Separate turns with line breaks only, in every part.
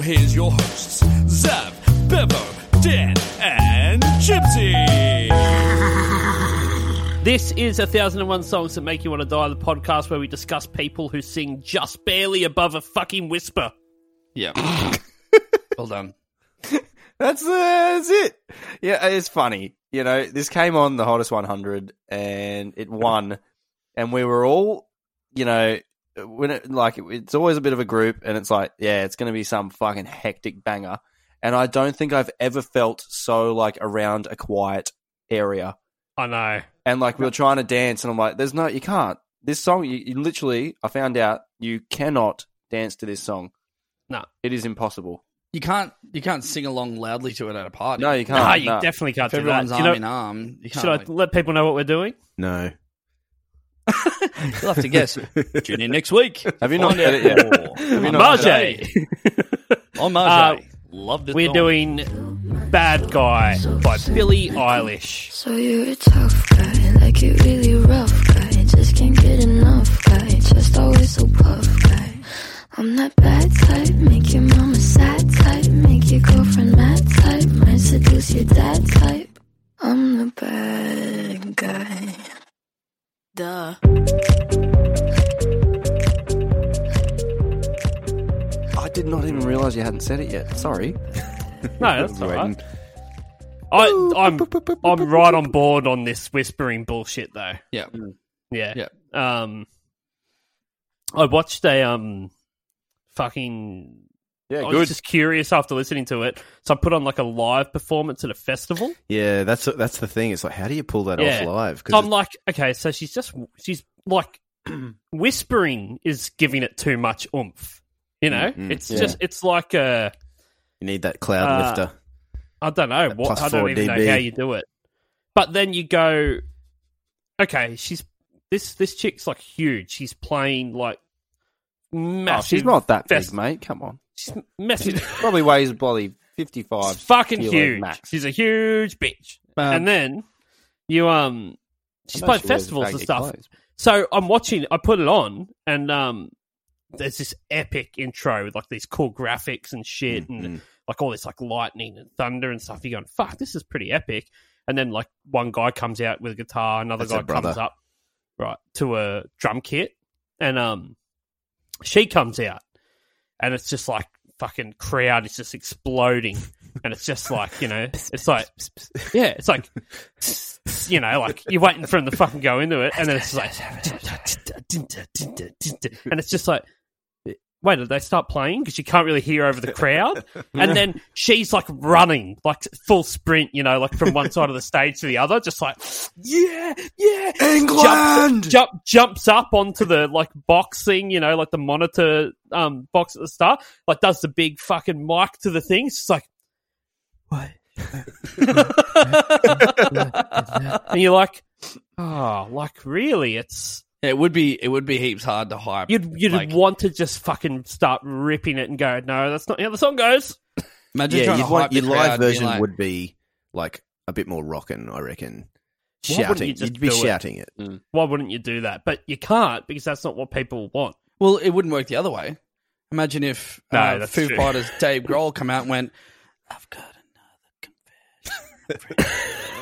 here's your hosts, Zav, Bevo, Dan, and Gypsy.
This is a thousand and one songs that make you want to die. The podcast where we discuss people who sing just barely above a fucking whisper.
Yeah,
Well done.
that's, uh, that's it. Yeah, it's funny. You know, this came on the hottest 100, and it won, and we were all, you know, when it like it's always a bit of a group, and it's like, yeah, it's going to be some fucking hectic banger. And I don't think I've ever felt so like around a quiet area,
I know.
and like we were trying to dance, and I'm like, there's no, you can't. This song, you, you literally, I found out you cannot dance to this song.
No.
it is impossible.
You can't you can't sing along loudly to it at a party.
No, you can't.
Ah, you
no.
definitely can't
Oh, if
do that.
everyone's
Do
arm
You know-
in arm. You can't
should I
like-
let people know what we're doing?
No.
You'll have to guess. Tune in next week.
Have you not
Find
heard
out
it yet?
more
Have you not heard it?
Marjay,
On
Uh,
Oh, Marjay. Love this.
we're
song.
doing Bad Guy by Billie Eilish.
So you're a tough guy, like you really rough guy. Just can't get enough guy, just always so puff guy. I'm that bad type, make your mama sad type, make your girlfriend mad type, might seduce your dad type. I'm the bad guy. Duh.
I did not even realize you hadn't said it yet. Sorry.
No, that's all right. I, I'm I'm right on board on this whispering bullshit though.
Yeah.
Yeah. Yeah. Um, I watched a um, fucking
Yeah,
I was Oh, just curious after listening to it, so I put on like a live performance at a festival.
Yeah, that's that's the thing. It's like, how do you pull that
Yeah.
off live?
So I'm like, okay, so she's just she's like whispering is giving it too much oomph. You know,
Mm, mm,
it's just it's like a
you need that cloud
Uh,
lifter.
I don't know
That
what
plus
I don't
4
even know
dB.
how you do it. But then you go, okay, she's this this chick's like huge. She's playing like
Oh,
massive.
she's not that
fest-
big, mate. Come on.
She's massive.
Probably weighs bloody 55.
She's fucking
kilo
huge.
max.
She's a huge bitch.
Um,
and then you um, she's
I know
playing
she wears
festivals and
baggy
stuff.
clothes.
So I'm watching. I put it on, and um, there's this epic intro with like these cool graphics and shit,
Mm-hmm.
and like all this like lightning and thunder and stuff. You're going, fuck, this is pretty epic. And then like one guy comes out with a guitar, another
That's
guy
her brother.
comes up right to a drum kit, and um, she comes out, and it's just like fucking crowd is just exploding, and it's just like you know, it's like yeah, it's like you know, like you're waiting for him to fucking go into it, and then it's like, and it's just like, wait, did they start playing? Because you can't really hear over the crowd. And then she's like running, like full sprint, you know, like from one side of the stage to the other, just like, yeah, yeah,
England!
jump, jump, jumps up onto the like box thing, you know, like the monitor um box at the start, like does the big fucking mic to the thing. It's just like, what? and you're like, oh, like really? It's
it would be it would be heaps hard to hype.
you'd you'd
Like-
want to just fucking start ripping it and go, no, that's not how the song goes.
Imagine
yeah,
trying
you'd
to
want,
hype
your
the
live
crowd, being
version
like,
would be like a bit more rockin', I reckon.
Why wouldn't
Shouting.
you just
would be
do it?
shouting it.
Why wouldn't you do that? But you can't because that's not what people want.
Well, it wouldn't work the other way. Imagine if
No,
uh,
that's
Foo
true.
Fighters Dave Grohl come out and went, "I've got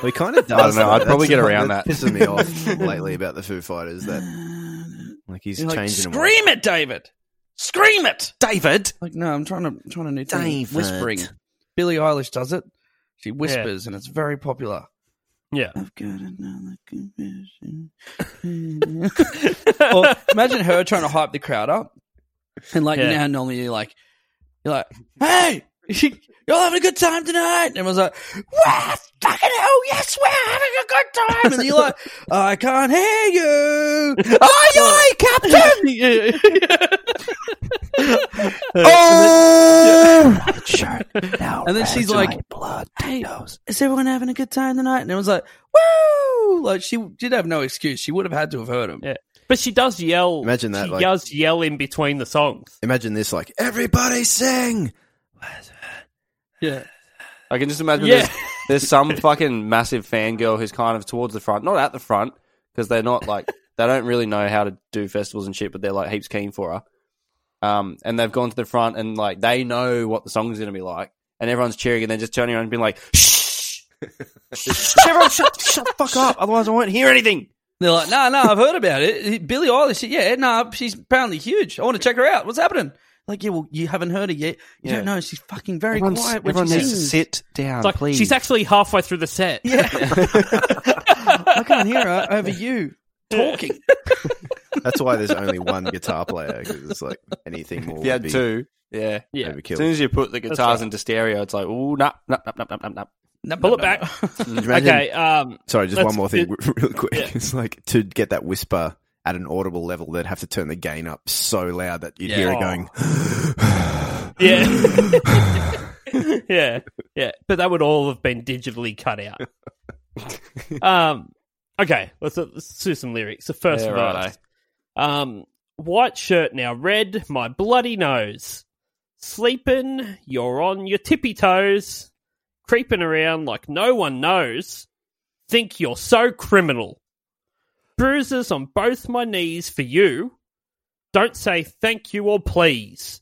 We kind of.
I don't know, I'd
That's
probably
the
get
part
around
that's
that.
Pissing me off lately about the Foo Fighters. That like he's
You're like,
changing. 'em up.
scream it, David. Scream it.
David!
Like, no, I'm trying to I'm trying to new thing.
David.
Whispering. Billie Eilish does it. She whispers, and it's very popular.
Yeah.
I've got another confession. well, imagine her trying to hype the crowd up, and like
Yeah.
now normally you're like, you're like, hey,
You're having a good time tonight. And everyone's like, Wow, fucking hell, yes, we're having a good time. And you're like, I can't hear you. Aye, aye, Captain. oh! and then she's like, hey, is everyone having a good time tonight? And everyone's like, Woo! Like, she did have no excuse. She would have had to have heard him.
Yeah. But she does yell.
Imagine that,
She
like-
does yell in between the songs.
Imagine this, like everybody sing.
Yeah.
I can just imagine
Yeah.
there's, there's some fucking massive fangirl who's kind of towards the front, not at the front, because they're not like they don't really know how to do festivals and shit, but they're like heaps keen for her. Um, and they've gone to the front and like they know what the song's gonna be like, and everyone's cheering, and then just turning around and being like, "Shh, Shh, everyone, shut, shut the fuck up, otherwise I won't hear anything."
They're like, no, no, I've heard about it. Billy Eilish, yeah, no, she's apparently huge. I want to check her out. What's happening? Like, yeah, well, you haven't heard her yet. You
Yeah.
don't know. She's fucking very
Everyone's-
quiet when
everyone
she
needs
sings.
to sit down,
It's like
Um, please.
she's actually halfway through the set.
Yeah. I can't hear her over you talking.
That's why there's only one guitar player because it's like anything more.
if you
would
had
be
two, yeah.
Yeah.
Overkill.
As soon as you put the guitars into stereo, it's like, oh, nah, nah, nah, nah, nah, nah, nah.
No,
Pull
no, no,
it back.
no.
Could you imagine-
Okay. Um,
Sorry, just
Let's-
one more thing, real quick.
Yeah.
It's like to get that whisper at an audible level, they'd have to turn the gain up so loud that you'd
Yeah.
hear
Oh.
it going.
yeah. yeah. Yeah. But that would all have been digitally cut out. Um, okay. Let's, let's do some lyrics. The first
Yeah,
verse.
righto.
Um, white shirt now red, my bloody nose. Sleeping, you're on your tippy toes. Creeping around like no one knows. Think you're so criminal. Bruises on both my knees for you. Don't say thank you or please.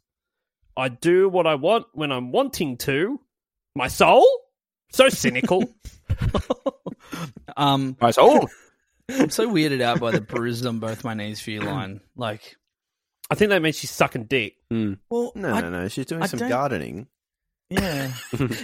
I do what I want when I'm wanting to. My soul? So cynical.
Um,
My soul.
I'm so weirded out by the bruises on both my knees for you line. Like,
I think that means she's sucking dick.
Well, no,
I-
no, no. She's doing
I
some
don't-
gardening.
yeah.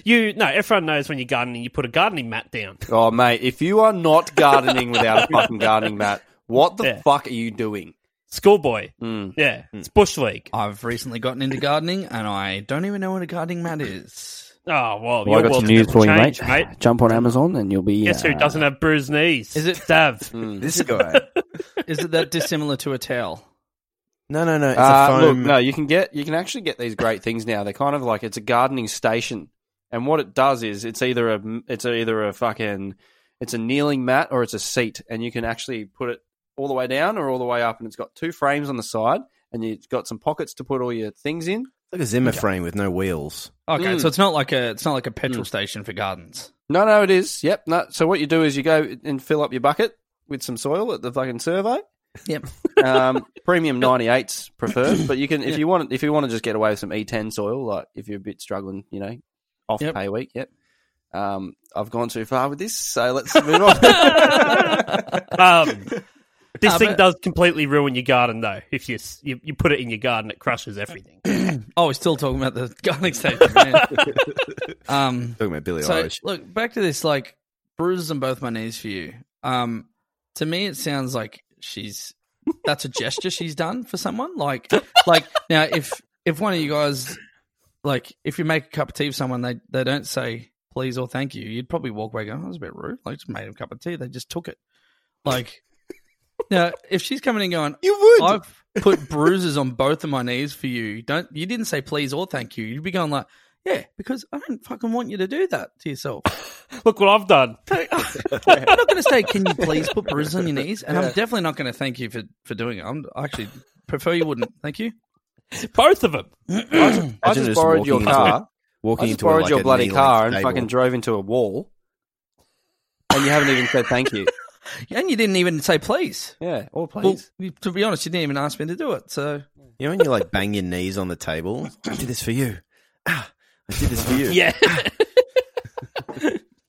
You no, everyone knows when you're gardening, you put a gardening mat down.
Oh, mate, if you are not gardening without a fucking gardening mat, what the
Yeah.
fuck are you doing?
Schoolboy.
Mm.
Yeah, it's bush league.
I've recently gotten into gardening and I don't even know what a gardening mat is.
Oh well, your world's never changed, mate.
Jump on Amazon and you'll be. uh,
Guess who doesn't have bruised knees?
Is it-
Dav?
Hmm.
This guy.
Is it that dissimilar to a towel?
No, no, no. It's
Uh,
a
look,
foam.
no, you can get you can actually get these great things now. They're kind of like it's a gardening station, and what it does is it's either a it's either a fucking it's a kneeling mat or it's a seat, and you can actually put it all the way down or all the way up, and it's got two frames on the side, and you've got some pockets to put all your things in.
It's like a Zimmer frame with no wheels.
Okay,
Mm.
so it's not like a it's not like a petrol station for gardens.
No, no, it is. Yep. No. So what you do is you go and fill up your bucket with some soil at the fucking survey.
Yep.
Um, premium 98s preferred, but you can if you want if you want to just get away with some E10 soil, like if you're a bit struggling, you know, off
Yep.
pay week. Yep. Um, I've gone too far with this, so let's move on.
Um, this
Ah,
thing
but-
does completely ruin your garden, though. If you, s- you you put it in your garden, it crushes everything.
Oh, we're still talking about the gardening station. Man. um,
Talking about Billy
so
Eilish.
look back to this like bruises on both my knees for you. Um, to me, it sounds like she's that's a gesture she's done for someone. Like, like now if if one of you guys like if you make a cup of tea for someone, they they don't say please or thank you. You'd probably walk away going, oh, "That was a bit rude." Like, just made them a cup of tea. They just took it. Like, now if she's coming in going,
You would.
I've put bruises on both of my knees for you. Don't you didn't say please or thank you. You'd be going like, yeah, because I don't fucking want you to do that to yourself.
Look what I've done.
I'm not going to say, can you please put bruises on your knees? And I'm definitely not going to thank you for for doing it. I'm I actually prefer you wouldn't. Thank you.
Both of them.
I
Imagine
just borrowed
walking
your
into a-
car. I
Walking
just
into a,
borrowed
like,
your
a
bloody
knee-length
car and
table.
fucking drove into a wall, and you haven't even said thank you.
And you didn't even say please.
Yeah, or please.
Well, you- to be honest, you didn't even ask me to do it. So
You know when you like bang your knees on the table? I did this for you. Ah, I did this for you.
Yeah,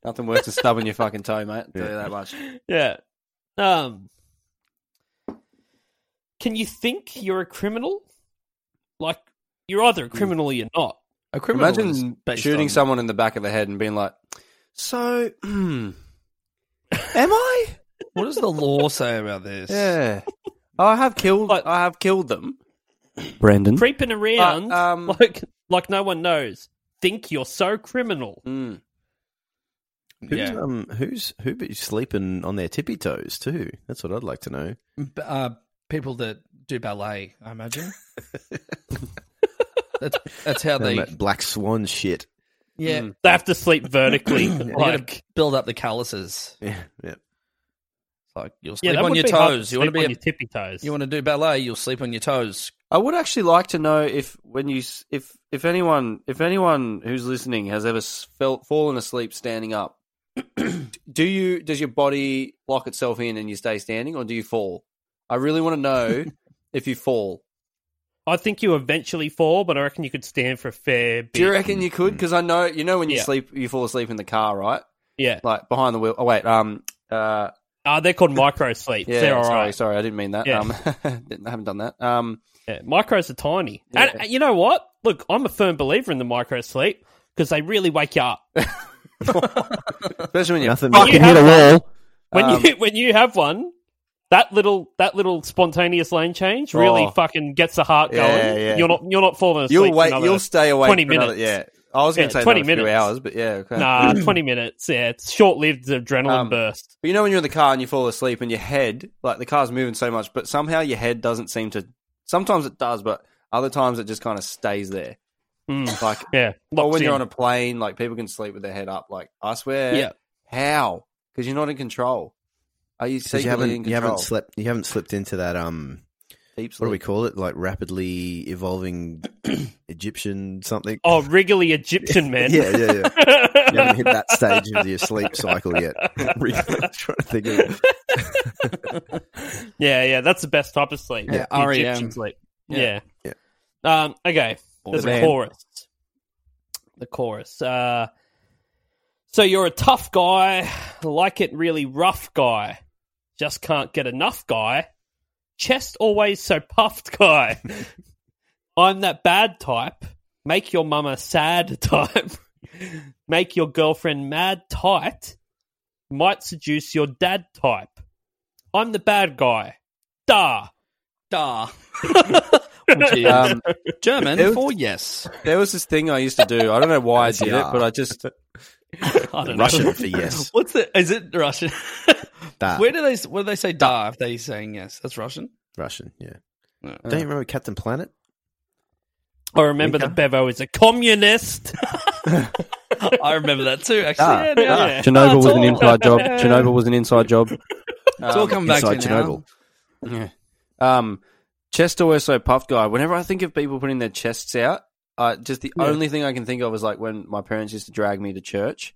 Nothing worse than stubbing your fucking toe, mate. I'll Tell you
Yeah.
that much.
yeah. Um, can you think you're a criminal? Like you're either a criminal or you're not.
a criminal is
Imagine
based
shooting
on-
someone in the back of the head and being like, "So, hmm, am I?
What does the law say about this?
Yeah, "Oh, I have killed.
Like-
I have killed them, Brandon.
Creeping around
um,
like like no one knows. think you're so criminal.
Mm.
Who's,
Yeah.
um, who's who be sleeping on their tippy toes too? That's what I'd like to know.
B- uh, people that do ballet, I imagine. that's that's how
And
they
that black swan shit.
yeah
They have to sleep vertically.
like,
like,
build up the calluses.
Yeah, yeah.
Like you'll
yeah,
sleep
that
on
would
your
be hard to
toes. You want
sleep
to be
on
a,
your tippy toes.
you want to do ballet. You'll sleep on your toes.
I would actually like to know if when you s- if if anyone if anyone who's listening has ever s- felt fallen asleep standing up, do you does your body lock itself in and you stay standing or do you fall? I really want to know if you fall.
I think you eventually fall, but I reckon you could stand for a fair bit.
Do you reckon you could? Because I know you know when you
Yeah.
sleep you fall asleep in the car, right?
yeah.
Like behind the wheel. Oh wait, um, uh,
Uh, they're called micro sleeps.
yeah.
they're all
sorry,
right.
sorry, I didn't mean that.
Yeah.
Um, didn't- I haven't done that. Um,
Yeah, micros are tiny.
Yeah.
And, and you know what? Look, I'm a firm believer in the micro sleep because they really wake you up.
especially when you're
Nothing.
Fucking You hit a have-
wall.
When
Um,
you when you have one, that little that little spontaneous lane change really
Oh.
fucking gets the heart going.
Yeah, yeah.
You're not you're not falling asleep.
You'll
for
wait.
another-
You'll stay awake
20
for another-
minutes.
yeah, I was going
Yeah,
to say
20
twenty minutes,
minutes.
hours, but yeah, okay.
Nah, twenty minutes. Yeah, it's short lived adrenaline
Um,
burst.
But you know when you're in the car and you fall asleep and your head, like the car's moving so much, but somehow your head doesn't seem to. Sometimes it does, but other times it just kind of stays there.
Mm,
Like
yeah,
or
locked
when you're
in.
on a plane, like people can sleep with their head up. Like I swear,
Yeah.
How? Because you're not in control. Are you
You
secretly in
haven't,
control?
you haven't slept. You haven't slipped into that. Um,
Deep
what do we
sleep.
call it? Like rapidly evolving Egyptian something.
oh wriggly Egyptian man.
Yeah, yeah, yeah. You haven't hit that stage of your sleep cycle yet. I'm trying to think of it.
yeah, yeah, that's the best type of sleep.
Yeah,
The
REM.
Egyptian sleep.
Yeah.
E Yeah. Um, okay.
the
There's a
band.
chorus. The chorus. Uh, so you're a tough guy, like it really rough guy. Just can't get enough guy. Chest always so puffed guy. I'm that bad type. Make your mama sad type. Make your girlfriend mad tight. Might seduce your dad type. I'm the bad guy. Da.
Da. Which is
Um,
German
it was-
for yes.
there was this thing I used to do. I don't know why I did it,
Yeah.
but I just
I don't know.
Russian for yes.
What's the? Is it Russian?
Da.
Where do they? What do they say? Da. If they saying yes, that's Russian.
Russian, yeah.
Yeah.
Don't you remember Captain Planet?
I remember that Bevo is a communist.
I remember that too. Actually,
Da.
yeah, now-
Yeah.
Chernobyl was an
all-
inside job. Chernobyl was an inside job.
it's all coming back to
Inside
me now.
Chernobyl.
Yeah. Um, chest always so puffed guy. Whenever I think of people putting their chests out, uh, just the only thing I can think of is like when my parents used to drag me to church,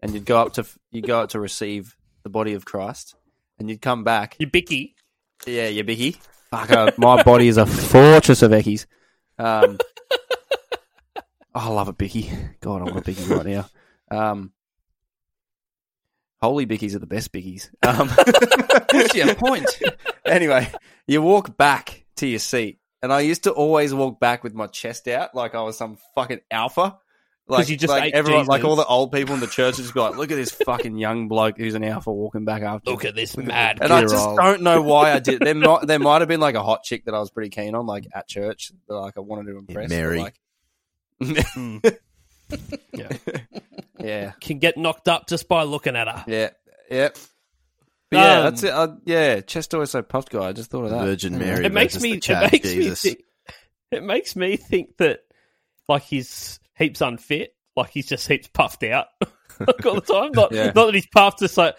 and you'd go up to you'd go out to receive the body of Christ, and you'd come back.
You bicky.
Yeah, you biggie. Fuck, uh, my body is a fortress of eckies. Um, I love a bicky. God, I want a bicky right now. Um, holy bickies are the best bickies. Um,
Gives you a point.
anyway, you walk back to your seat, and I used to always walk back with my chest out, like I was some fucking alpha. Like
you just
like
ate
everyone, like
Jesus.
all the old people in the church, would just be like, "Look at this fucking young bloke who's an alpha walking back after."
Look at this mad.
and I
kid.
just don't know why I did. There might there might have been like a hot chick that I was pretty keen on, like at church, that like I wanted to impress. but,
Mary.
like-
Mm.
yeah,
can get knocked up just by looking at her.
yeah, yeah. But yeah,
Um,
that's it. I, yeah, chest always so puffed guy. I just thought of that.
Virgin Mary.
It makes
versus
me.
the Chad
It makes
Jesus.
me think. It makes me think that like he's heaps unfit. Like he's just heaps puffed out like all the time. Not
Yeah.
not that he's puffed. Just like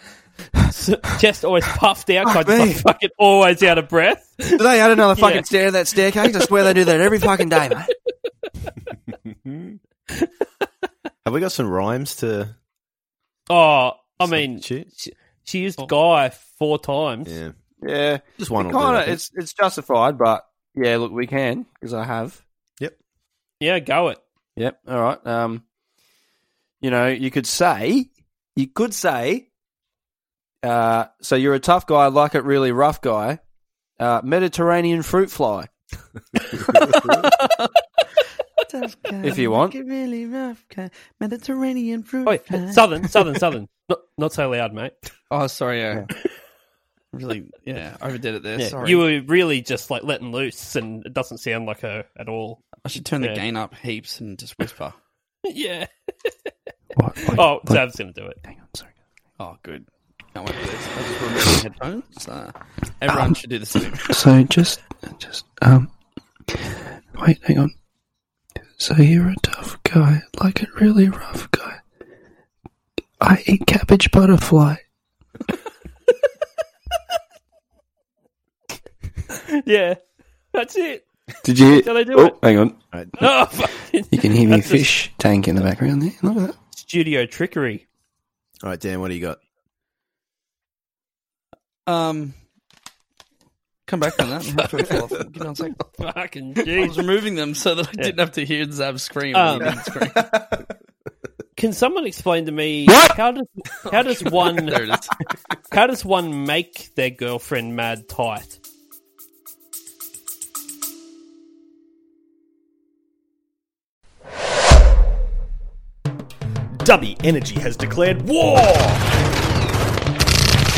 s- chest always puffed out.
Fuck
kind of
me.
like fucking always out of breath.
Do they add another fucking
Yeah.
stair to that staircase? I swear they do that every fucking day, mate.
Have we got some rhymes to?
Oh, I mean,
shit?
she, she used guy four times.
Yeah,
Yeah,
just one. will do, I
kind of.
think.
It's it's justified, but yeah, look, we can because I have.
yeah go it.
Yep. All right. Um, you know, you could say, you could say, uh, so you're a tough guy, like it really rough guy, uh, Mediterranean fruit fly. if you want,
Mediterranean fruit.
Oh, yeah. Southern, southern, southern. Not, not so loud, mate.
Oh, sorry. Yeah. Really, yeah, overdid it there.
Yeah,
sorry.
you were really just like letting loose, and it doesn't sound like her at all.
I should turn
Yeah.
the gain up heaps and just whisper.
yeah.
What? Wait,
Oh,
wait.
Zav's gonna do it.
Hang on, sorry.
Oh, good. Can't wait for this. I just removed my headphones. Uh, everyone should do the same.
So just, just um, wait, hang on. So you're a tough guy, like a really rough guy. I eat cabbage butterfly.
Yeah, that's it.
Did you?
Shall I do
oh,
it?
hang on.
Oh, fucking
You can hear me
That's just-
fish tank in the background there. Look at that.
studio trickery.
All right, Dan, what do you got?
Um, come back on that. Halfway fell off. Give me one sec.
Fucking
I
jeez.
was removing them so that I didn't have to hear Zab scream.
Um,
when he didn't scream.
Can someone explain to me how does how does one
There it is.
how does one make their girlfriend mad tight?
Dubby Energy has declared war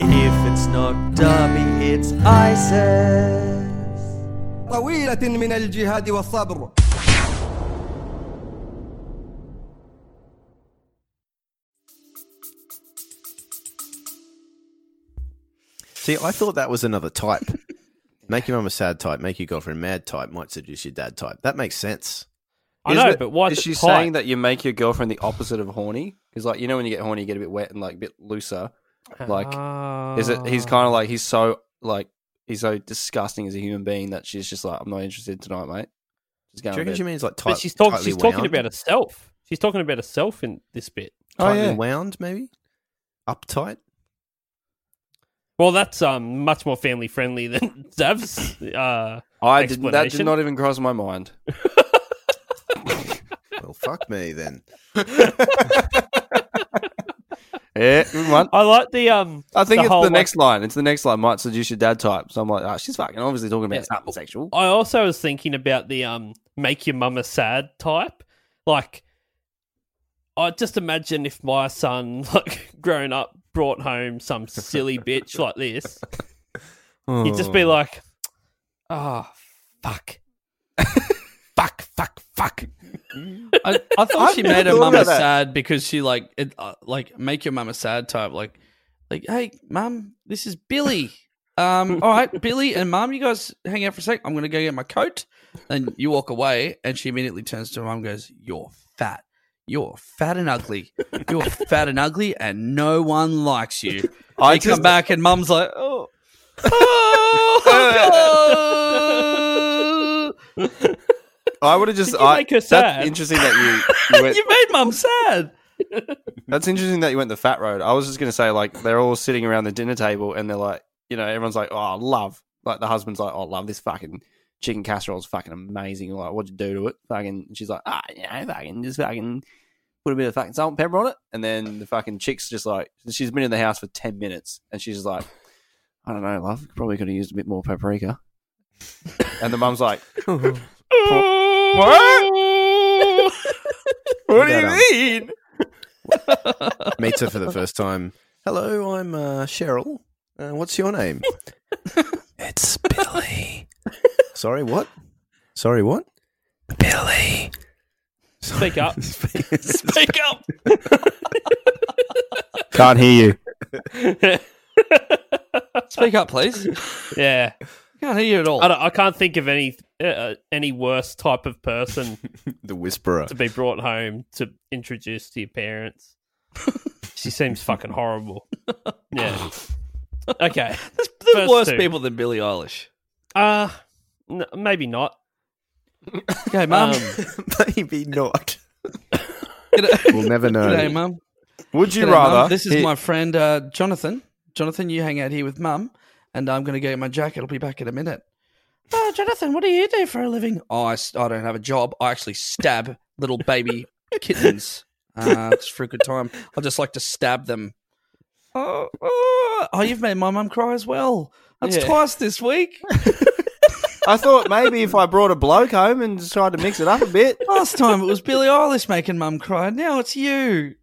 if it's not Dubby, it's ISIS.
طويلة من الجهاد والصبر
See, I thought that was another type. make your mum a sad type. Make your girlfriend mad type. Might seduce your dad type. That makes sense.
I
Isn't
know,
it-
but why
is
is
she
it tight?
saying that you make your girlfriend the opposite of horny? Because like you know when you get horny, you get a bit wet and like a bit looser. Like is it? He's kind of like he's so like he's so disgusting as a human being that she's just like I'm not interested tonight, mate. Just going
Do you
to
reckon
bed.
she means like tight?
But she's talking.
tightly
She's talking
wound?
about herself. She's talking about herself in this bit.
Oh,
Tightly
yeah.
wound, maybe uptight.
Well, that's um much more family friendly than Zav's. Uh,
I did that did
explanation?
not even cross my mind.
Well, fuck me then.
Yeah, good one.
I like the um.
Eh, mm, I think
the
it's
whole,
the
like-
next line. It's the next line. Might seduce your dad type. So I'm like, ah, she's fucking obviously talking about
Yeah.
something sexual.
I also was thinking about the um make your mama sad type. Like, I just imagine if my son, like, grown up, brought home some silly bitch like this, he'd just be like, "Ah, fuck, fuck, fuck, fuck."
I, I thought she made her
thought
mama
about that.
sad because she like it, uh, like make your mama sad type like like hey mum this is Billy um all right Billy and mum you guys hang out for a sec I'm gonna go get my coat and you walk away and she immediately turns to her mum and goes you're fat you're fat and ugly you're fat and ugly and no one likes you I
I
you come
just,
back and mum's like oh. Oh, God.
I would have just.
Did you
I,
make her
that's
sad?
interesting that you. you went,
you made mum sad.
That's interesting that you went the fat road. I was just going to say, like, they're all sitting around the dinner table and they're like, you know, everyone's like, oh, love. Like, the husband's like, oh, love, this fucking chicken casserole is fucking amazing. Like, what'd you do to it? Fucking, and she's like, ah, you know, fucking, just fucking put a bit of fucking salt and pepper on it. And then the fucking chick's just like, she's been in the house for 10 minutes and she's just like, I don't know, love, probably could have used a bit more paprika. and the mum's like, what? what do you mean?
Meets her for the first time. Hello, I'm uh, Cheryl. Uh, what's your name?
It's Billy.
Sorry, what? Sorry, what?
Billy.
Speak up.
Pick up.
Can't hear you.
Speak up, please.
yeah,
Can't hear you at all.
I, don't, I can't think of any uh, any worse type of person
the whisperer.
to be brought home to introduce to your parents. she seems fucking horrible. Yeah. Okay.
There's
First
worse
two.
people than Billie Eilish.
Uh n- maybe not.
Okay, mum.
Um,
Maybe not.
G'day,
We'll never know.
G'day, mum.
Would you
G'day,
rather?
Mum. This is
hear-
my friend uh, Jonathan. Jonathan, you hang out here with mum, and I'm going to go get my jacket. I'll be back in a minute. Oh, Jonathan, what do you do for a living? Oh, I, s- I don't have a job. I actually stab little baby kittens. uh, just for a good time. I just like to stab them. Oh, oh, oh, you've made my mum cry as well. That's
Yeah.
twice this week.
I thought maybe if I brought a bloke home and just tried to mix it up a bit.
Last time it was Billie Eilish making mum cry. Now it's you.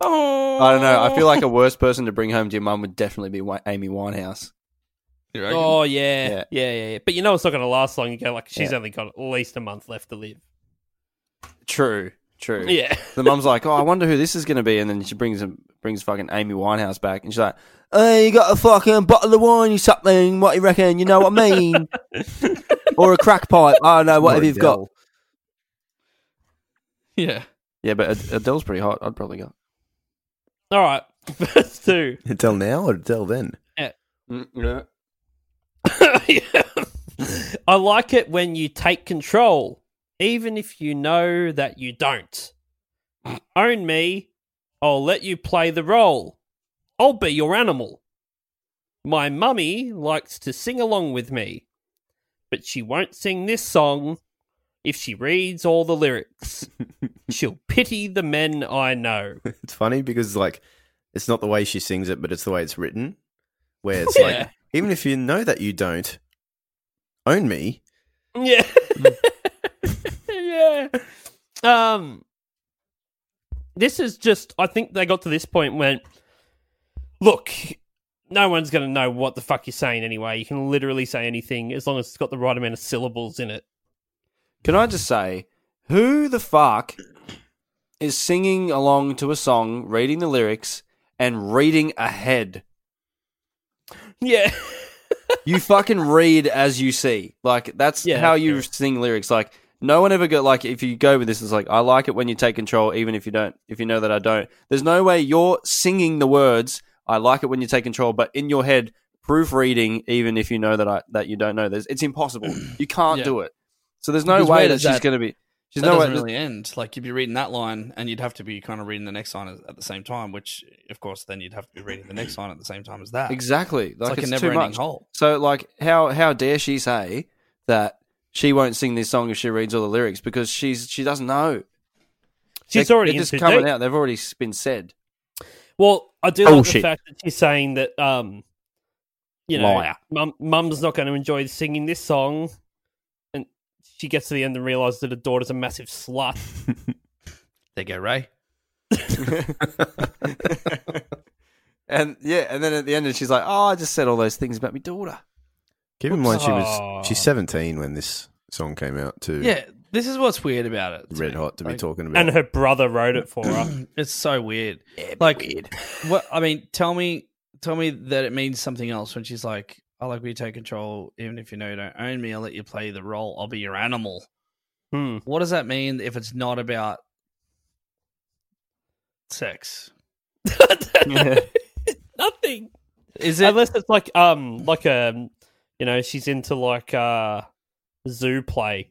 Oh,
I don't know. I feel like a worse person to bring home to your mum would definitely be Wi- Amy Winehouse.
Oh yeah,
Yeah.
yeah, yeah, yeah. But you know it's not going to last long. You go like she's only got at least a month left to live.
True, true.
Yeah,
The mum's like, "Oh, I wonder who this is going to be," and then she brings him, brings fucking Amy Winehouse back, and she's like, "Hey, you got a fucking bottle of wine, you something? What you reckon? You know what I mean? or a crack pipe? I don't know. Whatever you've got."
yeah.
Yeah, but Ad- Adele's pretty hot. I'd probably go.
all right. Verse two.
Until now or until then?
I like it when you take control, even if you know that you don't. Own me, I'll let you play the role. I'll be your animal. My mummy likes to sing along with me, but she won't sing this song if she reads all the lyrics. She'll pity the men I know.
It's funny because like it's not the way she sings it, but it's the way it's written. Where it's like
Yeah.
even if you know that you don't own me,
Yeah. yeah. Um This is just I think they got to this point when look, no one's gonna know what the fuck you're saying anyway. You can literally say anything as long as it's got the right amount of syllables in it.
Can I just say, who the fuck is singing along to a song, reading the lyrics, and reading ahead?
Yeah.
you fucking read as you see. Like that's
Yeah,
how you
yeah.
sing lyrics. Like no one ever got like if you go with this, it's like I like it when you take control, even if you don't. If you know that I don't, there's no way you're singing the words. I like it when you take control, but in your head, proofreading, even if you know that I that you don't know this, it's impossible. You can't
Yeah.
do it. So there's no
Because
way
where
that
does
she's
that-
going to be. She's
that
no way.
doesn't really end. Like you'd be reading that line, and you'd have to be kind of reading the next line at the same time. Which, of course, then you'd have to be reading the next line at the same time as that.
Exactly.
It's like, a
it's too
never-ending
much.
hole.
So like how how dare she say that she won't sing this song if she reads all the lyrics because she's she doesn't know.
She's
They're-
already
they're
in
just
too
coming
deep.
out. They've already s- been said.
Well, I do
Oh,
like
shit.
the fact that she's saying that um you know
Liar.
mum mum's not gonna enjoy singing this song and she gets to the end and realizes that her daughter's a massive slut.
There you go, Ray.
and yeah, and then at the end, she's like, "Oh, I just said all those things about my daughter."
keep in mind she was she's
Aw.
seventeen when this song came out too.
Yeah, this is what's weird about it.
Red hot to be talking about.
And her brother wrote it for her.
It's so weird. like, what? I mean, tell me, tell me that it means something else when she's like, "I like when you take control, even if you know you don't own me. I'll let you play the role. I'll be your animal."
Hmm.
What does that mean if it's not about sex?
Nothing.
Is it?
Unless it's like um like um you know, she's into like uh zoo play.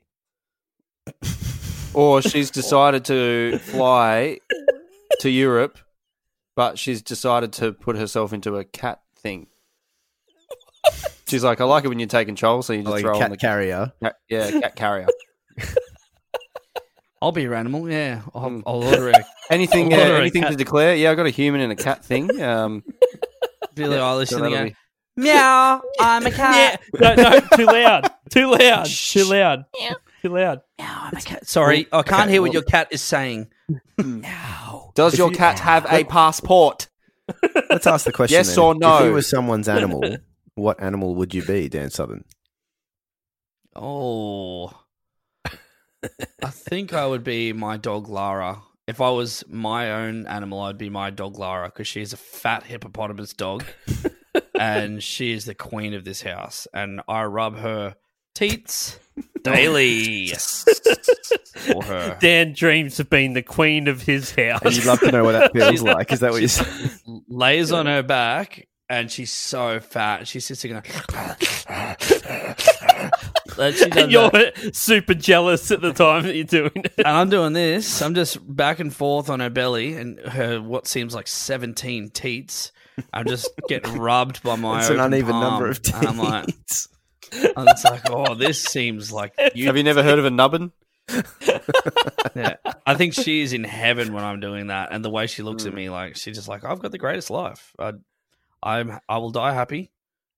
Or she's decided to fly to Europe, but she's decided to put herself into a cat thing. She's like, "I like it when you take control, so you just
like
throw
a
on
cat
the
carrier.
cat, yeah, cat carrier."
I'll be your animal. Yeah, I'll,
Mm.
I'll order a
Anything, uh,
Or a
anything to declare? Yeah, I got a human and a cat thing. Um,
Billie Eilish
so
and they
that'll
go,
be-
Meow, I'm a
Yeah.
cat.
No, no, too loud. Too loud. Too loud. Too loud.
Meow, I'm a cat.
"Sorry, I can't hear what your cat is saying."
Does your cat have a passport?
Let's ask the question.
Yes
then.
or no?
If you were someone's animal, what animal would you be, Dan Southern?
Oh, I think I would be my dog Lara. If I was my own animal, I'd be my dog Lara because she is a fat hippopotamus dog, and she is the queen of this house. And I rub her teats daily for her.
Dan dreams of being the queen of his
And
house.
you'd love to know what that feels like. Is that what you're saying?
lays on her back and she's so fat. She sits there going, and, she does
And you're
that.
super jealous at the time that you're doing it.
and I'm doing this. I'm just back and forth on her belly and her what seems like 17 teats. I'm just getting rubbed by my
It's an
open
uneven
palm.
number of
And I'm like,
teats.
and it's like, oh, this seems like you.
Have you never heard of a nubbin?
yeah. I think she is in heaven when I'm doing that, and the way she looks
Mm.
at me, like she's just like, "I've got the greatest life. I, I'm, I will die happy."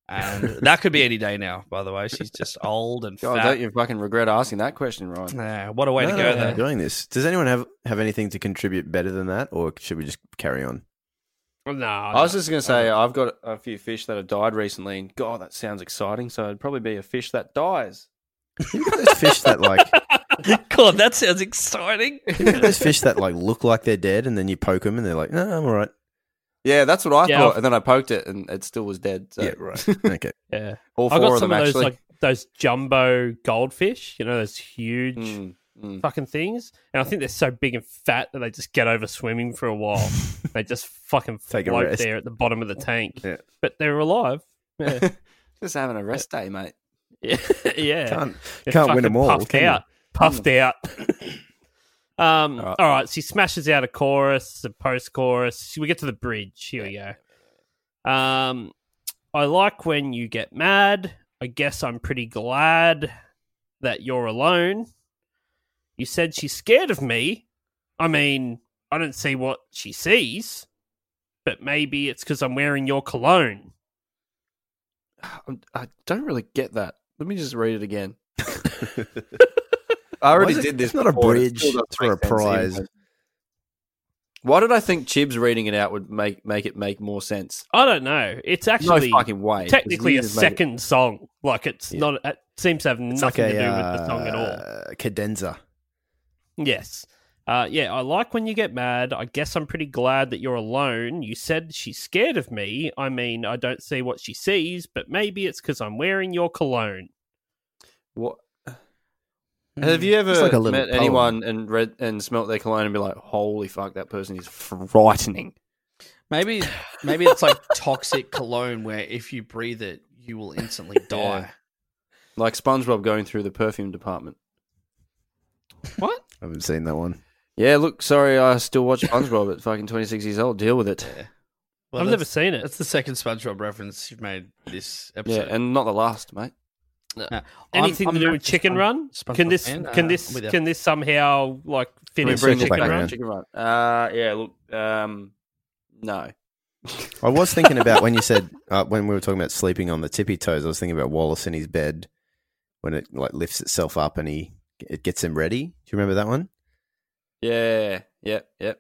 And that could be any day now. By the way, she's just old and
God,
fat.
don't you fucking regret asking that question, Ryan?
Nah, what a way to
No,
go
no, no,
there.
Doing this. Does anyone have, have anything to contribute better than that, or should we just carry on?
Well, no,
I was just going to say, I've got a few fish that have died recently, and God, that sounds exciting. So it'd probably be a fish that dies.
Those fish that like
God, that sounds exciting.
those fish that like look like they're dead, and then you poke them, and they're like, "No, I'm all right."
Yeah, that's what I
Yeah,
thought.
I've-
And then I poked it, and it still was dead. So.
Yeah, right. Okay.
yeah.
All
I
four
got
of
some
them,
of those
actually.
like those jumbo goldfish, you know, those huge
Mm, mm.
fucking things. And I think they're so big and fat that they just get over swimming for a while. they just fucking
Take a
float
rest.
there at the bottom of the tank.
Yeah.
But they're alive. Yeah.
Just having a rest day, mate.
yeah.
Can't
They're
can't win
fucking
them all.
Puffed
can you?
out. Puffed out. um,
All right.
All right. She smashes out a chorus, the post chorus. We get to the bridge. Here we go. Um, I like when you get mad. I guess I'm pretty glad that you're alone. You said she's scared of me. I mean, I don't see what she sees, but maybe it's because I'm wearing your cologne.
I'm, I don't really get that. Let me just read it again. I
Why
already
is it-
did this.
It's not a
before, and it
bridge.
still doesn't
It's for a
make sense either
prize.
way. Why did I think Chibs reading it out would make make it make more sense?
I don't know. It's actually
no fucking way.
technically a
Because you just made
second song. Like it's not. It seems to have
It's
nothing
like
to
a
do with the song at all.
uh, cadenza.
Yes. Uh, yeah, I like when you get mad. I guess I'm pretty glad that you're alone. You said she's scared of me. I mean, I don't see what she sees, but maybe it's because I'm wearing your cologne.
It, what? Have you ever
It's like a little
met
poem.
anyone and read and smelt their cologne and be like, "Holy fuck, that person is frightening."
Maybe, maybe it's like toxic cologne, where if you breathe it, you will instantly die.
Like SpongeBob going through the perfume department.
I haven't seen that one.
Yeah, look, sorry, I still watch SpongeBob at fucking twenty six years old. Deal with it.
I've
Well, that's-
never seen it.
That's the second SpongeBob reference you've made this
Yeah,
episode.
and not the last, mate.
I'm-
Anything
I'm
to do
not
with
just
Chicken
Spon-
Run?
SpongeBob
Can this?
fan.
Can
Uh,
this?
with a-
Can this somehow like fit
Can we
into
bring this
Chicken
back
Run?
around?
Chicken run. Uh, yeah. Look, um, no.
I was thinking about when you said uh, when we were talking about sleeping on the tippy toes. I was thinking about Wallace in his bed when it like lifts itself up and he it gets him ready. Do you remember that one?
Yeah, yeah, yeah.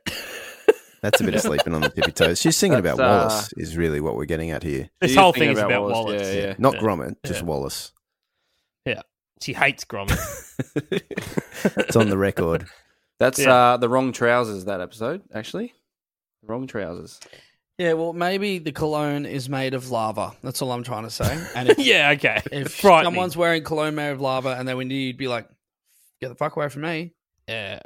That's a bit of sleeping on the tippy toes. She's singing
That's,
about
uh,
Wallace is really what we're getting at here.
This
She is
whole
thinking
thing is
about
about
Wallace,
Wallace.
yeah, yeah.
Not Gromit, just
Yeah.
Wallace.
She hates Gromit.
It's on the record.
That's
Yeah.
uh the wrong trousers that episode actually. The wrong trousers.
Yeah, well, maybe the cologne is made of lava. That's all I'm trying to say. And if,
yeah, okay.
if
Frightening.
someone's wearing cologne made of lava, and then when you'd be like, "Get the fuck away from me!"
Yeah.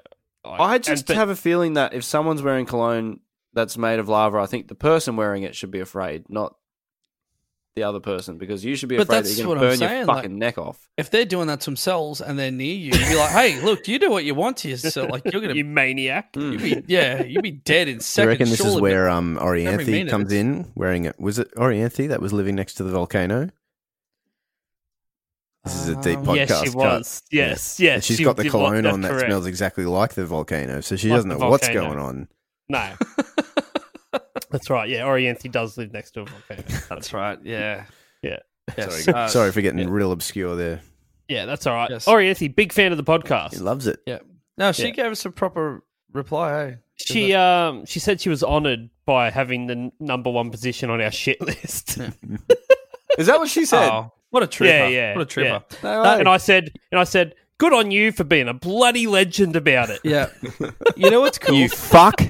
I
and-
just
but-
have a feeling that if someone's wearing cologne that's made of lava, I think the person wearing it should be afraid, not the other person, because you should be
But
afraid that
that's
you're
what
going
I'm
to burn your
saying, like-
fucking neck off.
If they're doing that to themselves and they're near you, you'd be like, "Hey, look, you do what you want to yourself. Like you're gonna,
you
you,
maniac.
would be, yeah, you'd be dead in
Do you
seconds.
reckon this is
surely,
where um
minute
Orianthe comes
it's-
in wearing it? Was it Orianthe that was living next to the volcano? This is a deep
Um,
podcast.
yes, she
cut.
was. Yes,
And
yes.
she's
she
got the
did what-
cologne
that's
on that
correct.
smells exactly like the volcano, so she
Like
doesn't
the
know what's
volcano.
going on.
No. That's right. Yeah, Oriente does live next to a volcano.
That's right. Yeah,
Yeah.
Yes,
Sorry,
uh,
sorry for getting real obscure there.
Yeah, that's all right.
Yes.
Oriente, big fan of the
He
podcast.
loves it.
No, she
Yeah.
gave us a proper reply. eh? Hey,
She um she said she was honoured by having the n- number one position on our shit list.
Is that what she said?
oh, what a trooper!
yeah, yeah.
what a trooper!
yeah. Uh,
No way.
And I said, and I said, good on you for being a bloody legend about it.
Yeah. You know what's cool?
you fuck.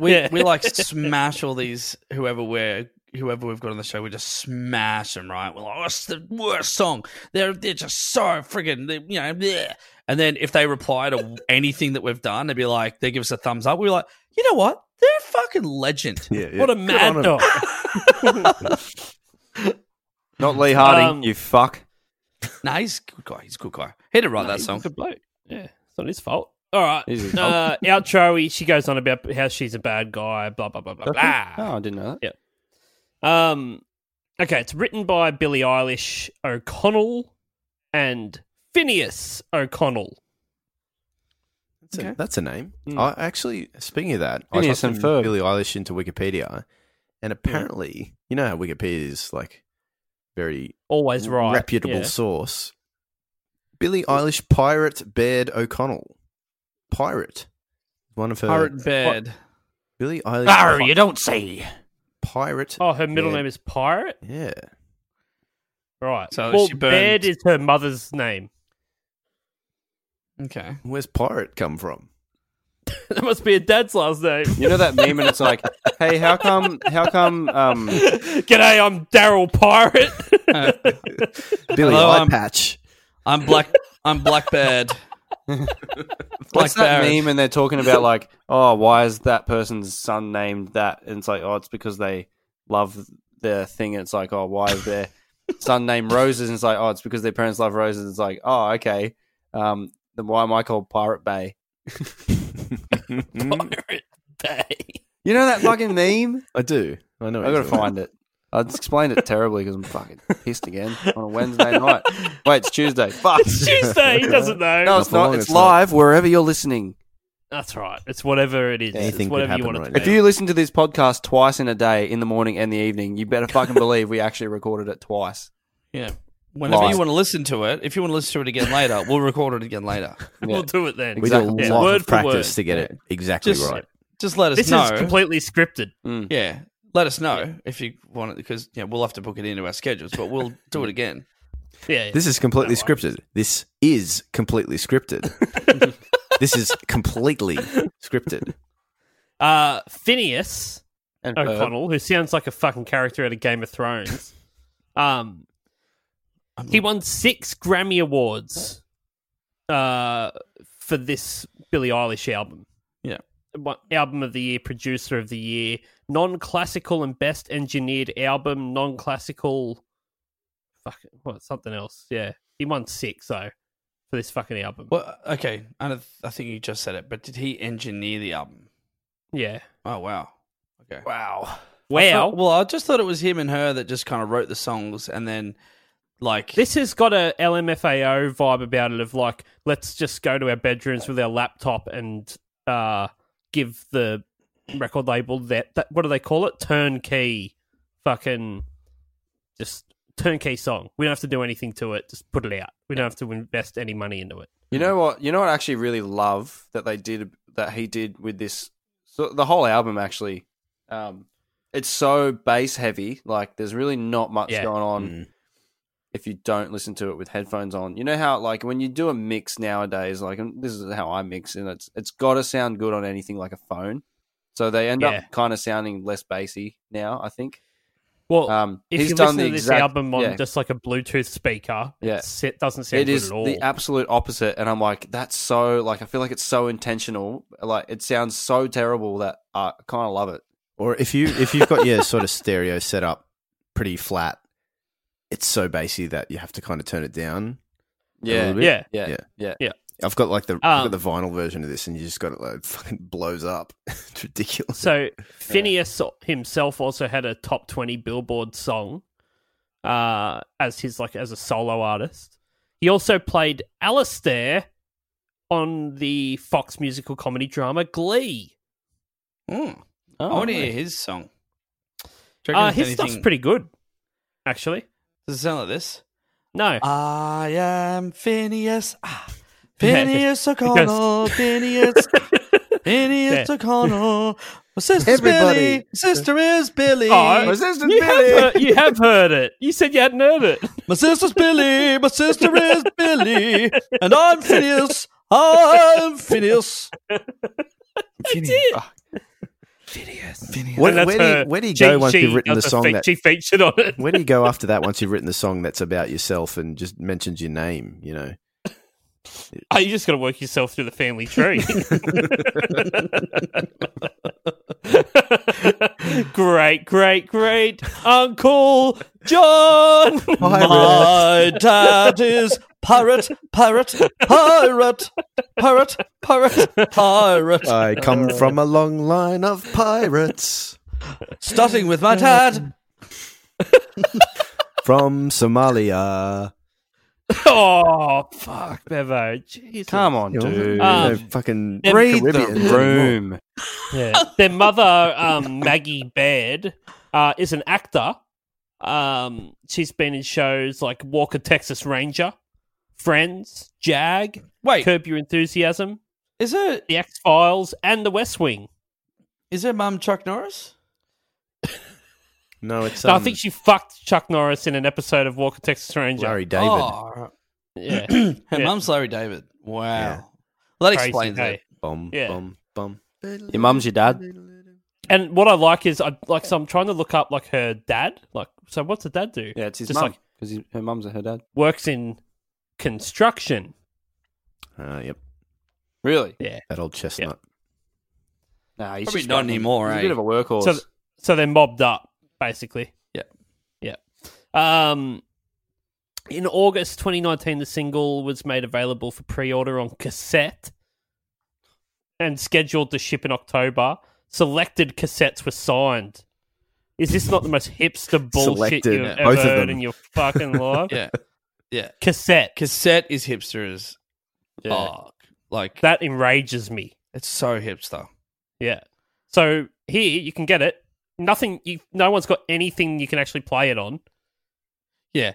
we,
Yeah.
we like smash all these whoever we're whoever we've got on the show, we just smash them, right? We're like, oh, it's the worst song. They're they're just so friggin' they, you know, bleh." and then if they reply to anything that we've done, they'd be like, they give us a thumbs up. We're like, you know what? They're a fucking legend.
Yeah, yeah.
What a
Good
mad
on him.
dog.
Not Lee Harding,
Um,
you fuck.
Nah, he's a good guy. He's a good guy. He did write that song.
Good bloke. Yeah, it's not his fault. All right.
It is his fault.
Uh, outro, she goes on about how she's a bad guy, blah, blah, blah, blah, blah.
Oh, I didn't know that.
Um, okay, it's written by Billie Eilish O'Connell and Phineas O'Connell.
That's a, that's a name.
Hmm.
I actually, speaking of that,
Phineas
I
and
typed in
Ferb.
Billie Eilish into Wikipedia, and apparently, you know how Wikipedia is like very
Always right.
reputable
yeah.
source. Billie Eilish pirate Baird O'Connell, pirate, one of her
Pirate Bed.
Billie Eilish
Arr,
pi-
you don't say.
pirate.
Oh, her middle
Yeah.
name is Pirate?
Yeah,
Right.
So
well,
she burned-
Baird is her mother's name.
Okay.
where's pirate come from?
that must be a dad's last name.
You know that meme, and it's like, hey, how come? How come? Um,
G'day, I'm Daryl Pirate.
Billy
Hello,
Eye
I'm-
Patch.
I'm black. I'm black bed.
what's
Black
that
Barrett.
meme? And they're talking about like, oh, why is that person's son named that? And it's like, oh, it's because they love their thing. And it's like, oh, why is their son named Roses? And it's like, oh, it's because their parents love roses. It's like, oh, okay. Um, then why am I called Pirate Bay?
Pirate Bay.
You know that fucking meme?
I do. I know.
I gotta find it. I just explained it terribly because I'm fucking pissed again on a Wednesday night. Wait, it's Tuesday. Fuck.
It's Tuesday. He doesn't know.
No, it's
for long,
not. It's
it's not.
live wherever you're listening.
That's right. It's whatever it is.
Anything
it's
could
whatever you
happen
want
right
it to
now.
If you listen to this podcast twice in a day, in the morning and the evening, you better fucking believe we actually recorded it twice.
Yeah. Whenever
Lies.
you want to listen to it, if you want to listen to it again later, we'll record it again later.
be. We'll do it then.
We
Exactly.
do a
Yeah,
lot
word
of
for
practice
word.
to get it exactly
Just-
right.
Just let us
This
know.
is completely scripted.
yeah. Let us know if you want it because yeah, we'll have to book it into our schedules, but we'll do it again.
Yeah.
This is completely scripted. This is completely scripted. this is completely scripted.
Uh, Phineas
And
O'Connell, who sounds like a fucking character out of Game of Thrones. um, he won six Grammy awards. Uh, for this Billie Eilish album.
Yeah.
One- Album of the year, producer of the year, non-classical and best engineered album, non-classical. Fuck what? Something else. Yeah, he won six though for this fucking album.
Well, okay. I, don't, I think you just said it, but did he engineer the album?
Yeah.
Oh wow. Okay.
Wow.
Well,
Oh, well, I just thought it was him and her that just kind of wrote the songs, and then like
This has got a LMFAO vibe about it of like, let's just go to our bedrooms with our laptop and uh, give the record label that, that what do they call it? Turnkey, fucking, just turnkey song. We don't have to do anything to it. Just put it out. We don't have to invest any money into it.
You know what? You know what? I actually really love that they did that he did with this. So the whole album actually, um, it's so bass heavy. Like there's really not much
Yeah.
going on
Mm.
if you don't listen to it with headphones on. You know how like when you do a mix nowadays, like and this is how I mix, and it's it's got to sound good on anything like a phone. So they end
Yeah.
up kind of sounding less bassy now. I think.
Well,
Um,
if
he's
you
done
listen
the
to this
exact,
album on
yeah.
just like a Bluetooth speaker,
Yeah.
it's- it doesn't sound
it
good
is
at all.
the absolute opposite and i'm like that's so like i feel like it's so intentional like it sounds so terrible that i kind of love it
Or if you if you've got your sort of stereo set up pretty flat, it's so bassy that you have to kind of turn it down. a
yeah
little bit.
yeah,
yeah
Yeah.
yeah,
I've got like the
Um,
I've got the vinyl version of this, and you just got it like fucking blows up. it's ridiculous.
So Phineas himself also had a top twenty Billboard song uh, as his like as a solo artist. He also played Alistair on the Fox musical comedy drama Glee.
Mm.
Oh,
I want to hear
nice.
his song. Do you reckon
Uh,
it's
his stuff's
anything-
pretty good, actually.
Does it sound like this?
No,
Uh, I am Phineas. ah,
Yeah,
Phineas
goes-
O'Connell. Phineas. Phineas O'Connell. My sister's
Everybody.
Billy. Sister is Billy.
Oh,
My sister's
you have,
Billy.
heard, you have heard it. You said you hadn't heard it.
My sister's Billy. My sister is Billy. And I'm Phineas. I'm Phineas.
Ah,
Where-
And that's
where, do
her-
you, where do you go once you've written the
that's a
song
fe-
that
she featured on it?
Where do you go after that once you've written the song that's about yourself and just mentions your name, you know?
Oh, you just got to work yourself through the family tree. great, great, great, Uncle John.
My dad is pirate, pirate, pirate, pirate, pirate, pirate.
I come from a long line of pirates
Starting with my dad.
from Somalia.
oh, fuck, Bevo. Jesus.
Come on, dude.
Um,
no fucking
them-
Read the
Caribbean.
room.
Yeah. Their mother, um, Maggie Baird, uh, is an actor. Um, she's been in shows like Walker Texas Ranger, Friends, Jag,
Wait,
Curb Your Enthusiasm,
is her
The X Files, and The West Wing.
is her mum Chuck Norris?
No, it's
So I
um,
think she fucked Chuck Norris in an episode of Walker Texas Ranger.
Larry David.
Oh,
Yeah.
her
Yeah.
mum's Larry David. Wow,
Yeah.
well, that
Crazy,
explains
hey.
it.
Bomb,
Yeah.
bomb, bomb.
Your mum's your dad.
And what I like is I like so I'm trying to look up like her dad. Like so what's her dad do?
Yeah, it's his
Just
mum
like-
because her mum's her dad.
Works in construction.
Uh, yep,
Really?
that old chestnut.
Nah, he's
Probably
just
not
fucking-
anymore,
He's
eh?
a bit of a workhorse.
So so they're mobbed up, basically.
Yeah.
Yeah. Um in August 2019, the single was made available for pre-order on cassette and scheduled to ship in October. Selected cassettes were signed. Is this not the most hipster bullshit
Selected,
you've
yeah.
ever
Both of
heard
them.
in your fucking life?
Yeah, yeah.
Cassette.
Cassette is hipster as
Yeah.
fuck. Like
That enrages me.
it's so hipster.
Yeah. So here you can get it. Nothing. You, no one's got anything you can actually play it on.
Yeah,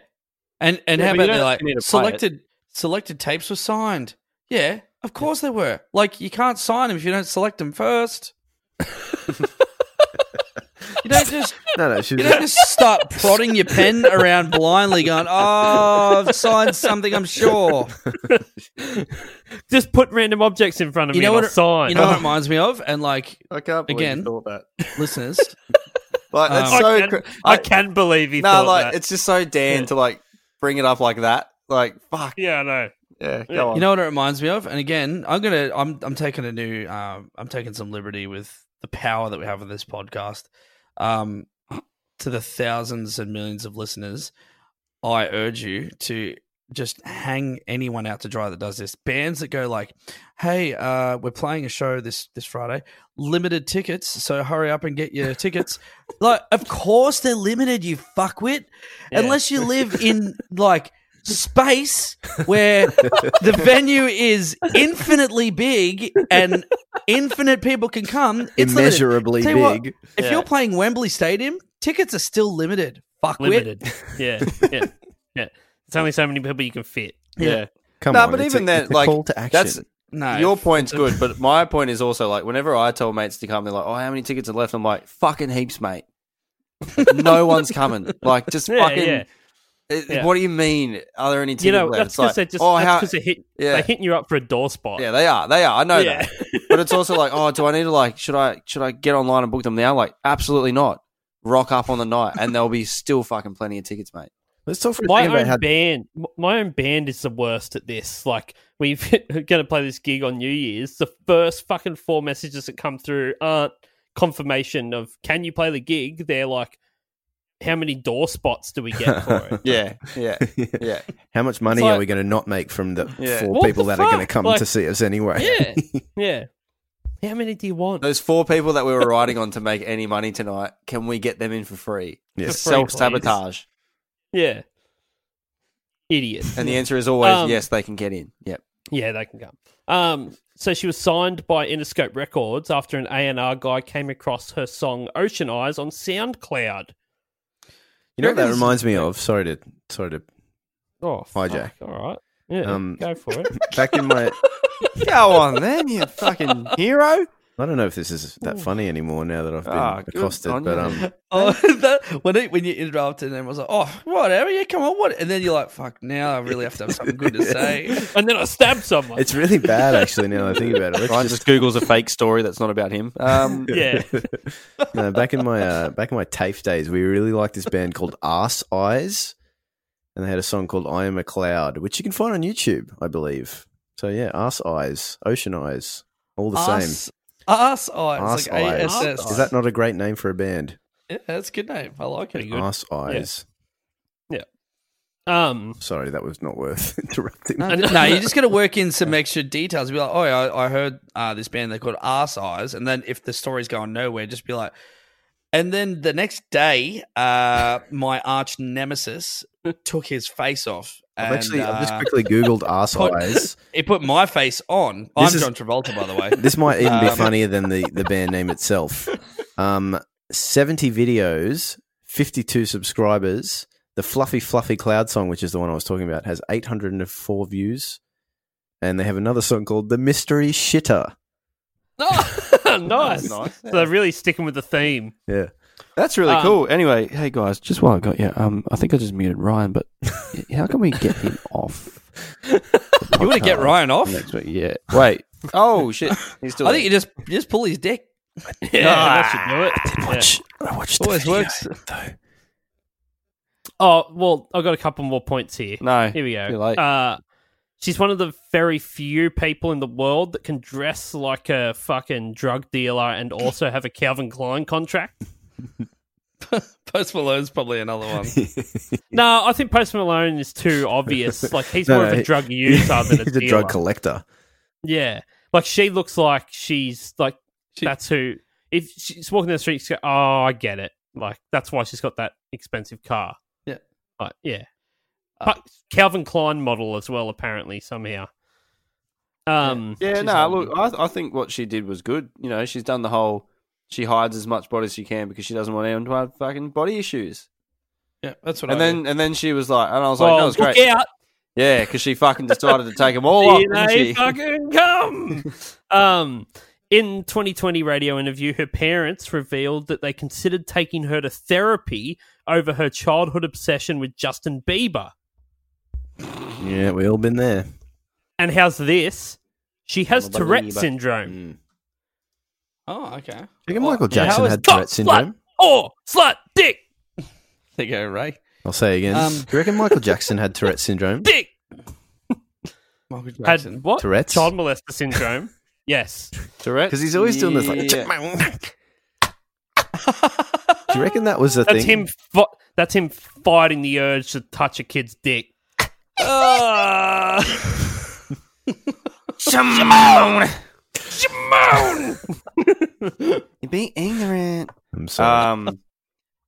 and and
Yeah,
how
but you
about
don't
they like
actually need to play it.
selected selected tapes were signed. Yeah, of course they were. Like you can't sign them if you don't select them first. you don't just
No, no, she
you
was
don't just start prodding your pen around blindly, going, "Oh, I've signed something, I'm sure."
Just put random objects in front of
You
me
know
and
what?
I'll sign.
You know what it reminds me of, and like
I can't believe
Again.
you thought that.
listeners,
Like that's
Um,
so.
Oh, I, can,
cr-
I can believe he
No,
thought
like
that.
it's just so Dan to like bring it up like that. Like fuck.
Yeah, I know.
Yeah, go
Yeah.
on.
you know what it reminds me of. And again, I'm gonna I'm I'm taking a new um, I'm taking some liberty with the power that we have with this podcast. Um, to the thousands and millions of listeners, I urge you to just hang anyone out to dry that does this. Bands that go like, "Hey, uh, we're playing a show this this Friday, limited tickets, so hurry up and get your tickets." like, of course they're limited, you fuckwit.
Yeah.
Unless you live in like space where the venue is infinitely big and infinite people can come. It's limited.
immeasurably
Tell you what,
big.
If
Yeah.
you're playing Wembley Stadium, tickets are still limited. Fuck
Limited. yeah, yeah, yeah. It's only so many people you can fit.
yeah.
Come
Nah,
on,
but
it's
even
a,
then,
it's a
like,
call to action.
That's
No.
your point's good, but my point is also like whenever I tell mates to come, they're like, "Oh, how many tickets are left?" I'm like, "Fucking heaps, mate. no one's coming. Like, just
Yeah,
fucking.
yeah.
it-
Yeah.
What do you mean? Are there any tickets
You know, that's
left? It's
because
like,
they're just
oh,
that's
how,
'cause they're hit,
yeah.
they're hitting you up for a door spot.
yeah, they are. They are. I know
Yeah.
that. But it's also like, oh, do I need to like? Should I? Should I get online and book them now? Like, absolutely not. Rock up on the night, and there'll be still fucking plenty of tickets, mate.
Let's talk for a
my
second about
own
how
band m- my own band is the worst at this like we've going to play this gig on new year's the first fucking four messages that come through aren't confirmation of can you play the gig they're like how many door spots do we get for it
Yeah, yeah, yeah.
how much money
It's like-
are we going to not make from the
Yeah.
four
What
people
the
that are going
fuck?
to come
Like-
to see us anyway?
yeah yeah how many do you want
Those four people that we were riding on to make any money tonight, can we get them in for free?
Yes.
For free,
Self sabotage.
yeah idiots
And the answer is always
Um,
yes, they can get in. Yep.
Yeah, they can come. Um, so she was signed by Interscope Records after an A&R guy came across her song Ocean Eyes on SoundCloud.
You know what that
Reckons-
reminds me of? Sorry to sorry to
Oh,
hijack.
fuck, All right. Yeah,
Um,
go for it.
Back in my,
Go on then, you fucking hero.
I don't know if this is that funny anymore now that I've been
Ah, good
accosted,
on
but
you.
um,
Oh, that, when it, when you interrupted and was like, oh, whatever, yeah, come on, what? And then you're like, fuck, now I really have to have something good to say.
And then I stabbed someone.
it's really bad actually. Now that I think about
Ryan
it, Let's
just
just,
Google's a fake story that's not about him. Um,
yeah.
no, back in my uh, back in my TAFE days, we really liked this band called Arse Eyes, and they had a song called "I Am a Cloud," which you can find on YouTube, I believe. So yeah, Arse Eyes, Ocean Eyes, all the same.
Ass, ass eyes.
Arse
like ASS.
Eyes. Is that not a great name for a band?
Yeah, that's a good name. I like it.
Arse Eyes.
Um,
Sorry, that was not worth interrupting.
No, no, you're just going to work in some extra details. Be like, oh, yeah, I, I heard uh, this band they called Arse Eyes, and then if the story's going nowhere, just be like, And then the next day, uh, my arch nemesis took his face off.
I've
and,
actually, I've just
uh,
quickly Googled ass
put-
eyes.
It put my face on.
This
I'm
is-
John Travolta, by the way.
This might even be
Um,
funnier than the, the band name itself. Um, 70 videos, 52 subscribers. The Fluffy Fluffy Cloud song, which is the one I was talking about, has 804 views. And they have another song called The Mystery Shitter.
oh, nice.
Nice.
So they're really sticking with the theme.
Yeah.
That's really
Um,
cool. Anyway, hey guys,
Just while I got you, um, I think I just muted Ryan, but y- how can we get him off?
You want to get Ryan off?
Next week? Yeah.
wait. Oh shit, he's still.
I think you just you just pull his dick.
Yeah, that should do
Ah,
it. Yeah.
I watched
Always works.
Oh well, I've got a couple more points here.
no.
Here we go.
Too late.
Uh, she's one of the very few people in the world that can dress like a fucking drug dealer and also have a Calvin Klein contract.
Post Malone's probably another one.
No, I think Post Malone is too obvious. Like he's
No,
more
no,
of a
he-
drug user than a
He's
dealer.
a drug collector.
yeah, like she looks like she's like that's who. If she's walking down the street, she's go, oh, I get it. Like that's why she's got that expensive car.
Yeah.
Like, yeah.
Uh,
but Calvin Klein model as well, apparently somehow. Um,
Yeah,
She's
no,
not
look, I, I think what she did was good. You know, she's done the whole she hides as much body as she can because she doesn't want anyone to have fucking body issues.
Yeah, that's what
And
I
then and then she was like, and I was
well,
like, that was
look
great.
out,
Yeah, because she fucking decided to take them all off.
here
didn't
they
she?
fucking come. um, in 2020 radio interview, her parents revealed that they considered taking her to therapy over her childhood obsession with Justin Bieber.
Yeah, we all been there.
And how's this? She has
Bieber.
Tourette
Mm.
syndrome.
Oh, okay.
Think Michael Jackson
how is-
had
Oh,
Tourette syndrome.
slut, oh, slut, dick,
There you go, Ray.
I'll say again.
Um,
Do you reckon Michael Jackson had Tourette syndrome?
dick.
Michael Jackson.
Had what?
Tourette's?
Child molester syndrome. yes.
Tourette.
Because he's always doing this like.
Yeah.
Do you reckon that was the
That's
thing?
him. Fi- that's him fighting the urge to touch a kid's dick. Ah.
You be ignorant.
I'm
Uh,
sorry.
Um,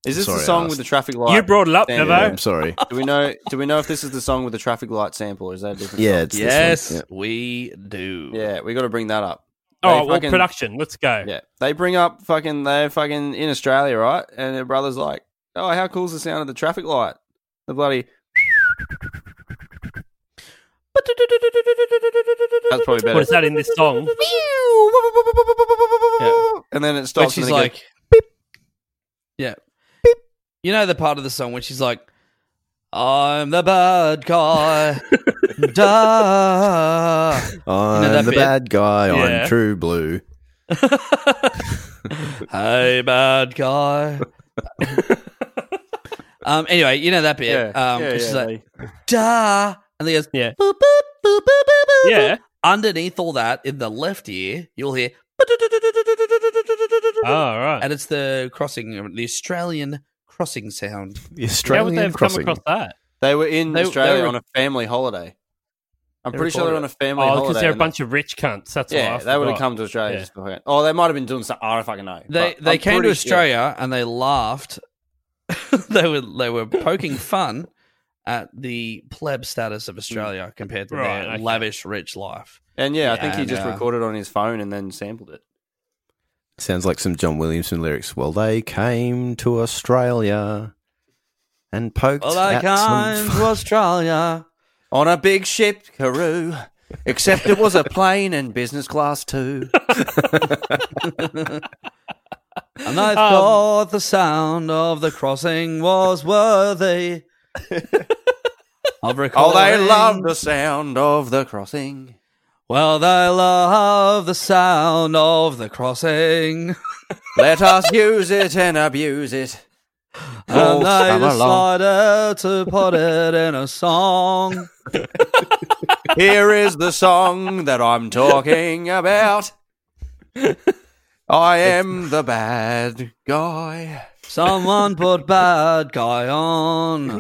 is this
Sorry,
the
I
song with
asked.
the traffic light?
you brought it up, Oh,
Damn.
Yeah,
Nevo.
I'm sorry.
Do we know? Do we know if this is the song with the traffic light sample? Or is that a different?
Yeah, it's
yes,
This one.
we do.
Song? Yeah, we got to bring that up.
All
They
right, well,
fucking-
production. Let's go.
Yeah, they bring up fucking they're fucking in Australia, right? And their brother's like, "Oh, how cool's the sound of the traffic light? The bloody." That's probably better.
What is that in this song?
And then it stops.
Which
and
is
it goes,
like, yeah, You know the part of the song when she's like, "I'm the bad guy, duh."
I'm
that
the
bit?
bad guy.
Yeah.
I'm true blue.
hey, bad guy. um. Anyway, you know that bit. um.
yeah,
which
yeah,
is like,
they-
duh, and then he goes,
Yeah.
boop, boop, boop, boop, boop, boop.
Yeah.
Underneath all that, in the left ear, you'll hear,
Oh, all right.
and it's the crossing, the Australian crossing sound.
The
How would
Australian
they have
crossing.
come across that?
they were in
They- they
Australia
were-
on a family holiday. I'm
They
pretty sure they're on
recorded
a family
Oh,
holiday.
because they're a
and they-
bunch of rich cunts. That's why.
Yeah,
I
they would have
forgot.
come to Australia.
Yeah.
Just beforehand. Oh, they might have been doing something. I don't fucking know.
oh, They
but
they
I'm
came to
pretty
Australia and they laughed. they were they were poking fun at the pleb status
Hmm.
of Australia compared to
Right,
their
okay.
lavish rich life.
sure. And yeah, I think he
Yeah,
just
no.
recorded on his phone and then sampled it.
Sounds like some John Williamson lyrics. Well, they came to Australia and poked
Well, I
at some.
came to Australia.
On a big ship, Carew. Except it was a plane and business class too.
And I thought the sound of the crossing was worthy of
Oh,
recording.
they love the sound of the crossing.
Well, they love the sound of the crossing.
Let us use it and abuse it.
And they
summer long.
decided to put it in a song.
Here is the song that I'm talking about. I am the bad guy.
Someone put bad guy on.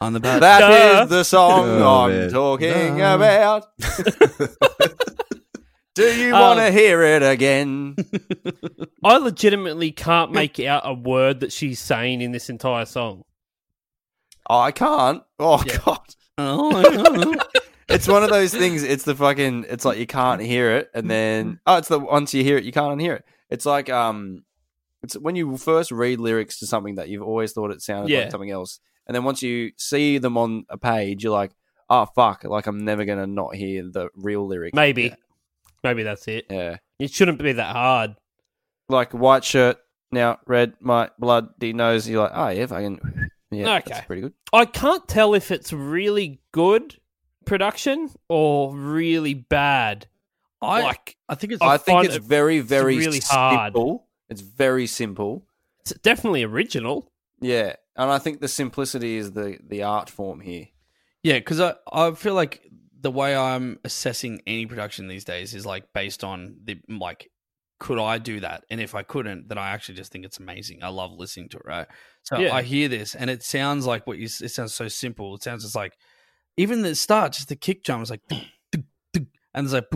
on the bad.
That is
Duh.
the song
Oh,
I'm
man.
talking
Duh.
about. Do you
Oh.
Um,
want to hear it again?
I legitimately can't make out a word that she's saying in this entire song.
Oh, I can't. Oh God,
Oh,
it's one of those things. It's the fucking. It's like you can't hear it, and
Mm-hmm.
then oh, it's the once you hear it, you can't unhear it. It's like um, it's when you first read lyrics to something that you've always thought it sounded
Yeah.
like something else, and then once you see them on a page, you're like, oh fuck, like I'm never gonna not hear the real lyric.
Maybe. Maybe that's it.
Yeah,
It shouldn't be that hard.
like white shirt now, red my bloody nose. You're like, oh yeah, fucking. Yeah,
Okay.
that's pretty good.
I can't tell if it's really good production or really bad.
I
like
I think it's
I
I think
find
it's
it-
very, very
really hard.
simple. It's very simple.
it's definitely original.
Yeah, and I think the simplicity is the the art form here.
yeah, because I I feel like the way I'm assessing any production these days is like based on the like. Could I do that? And if I couldn't, then I actually just think it's amazing. I love listening to it, right? So
Yeah.
I hear this, and it sounds like what you. s- It sounds so simple. It sounds just like even the start, just the kick drum is like, and it's like,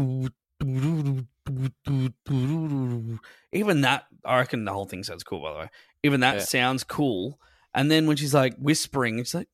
even that. I reckon the whole thing sounds cool. By the way, even that
Yeah.
sounds cool. And then when she's like whispering, it's like,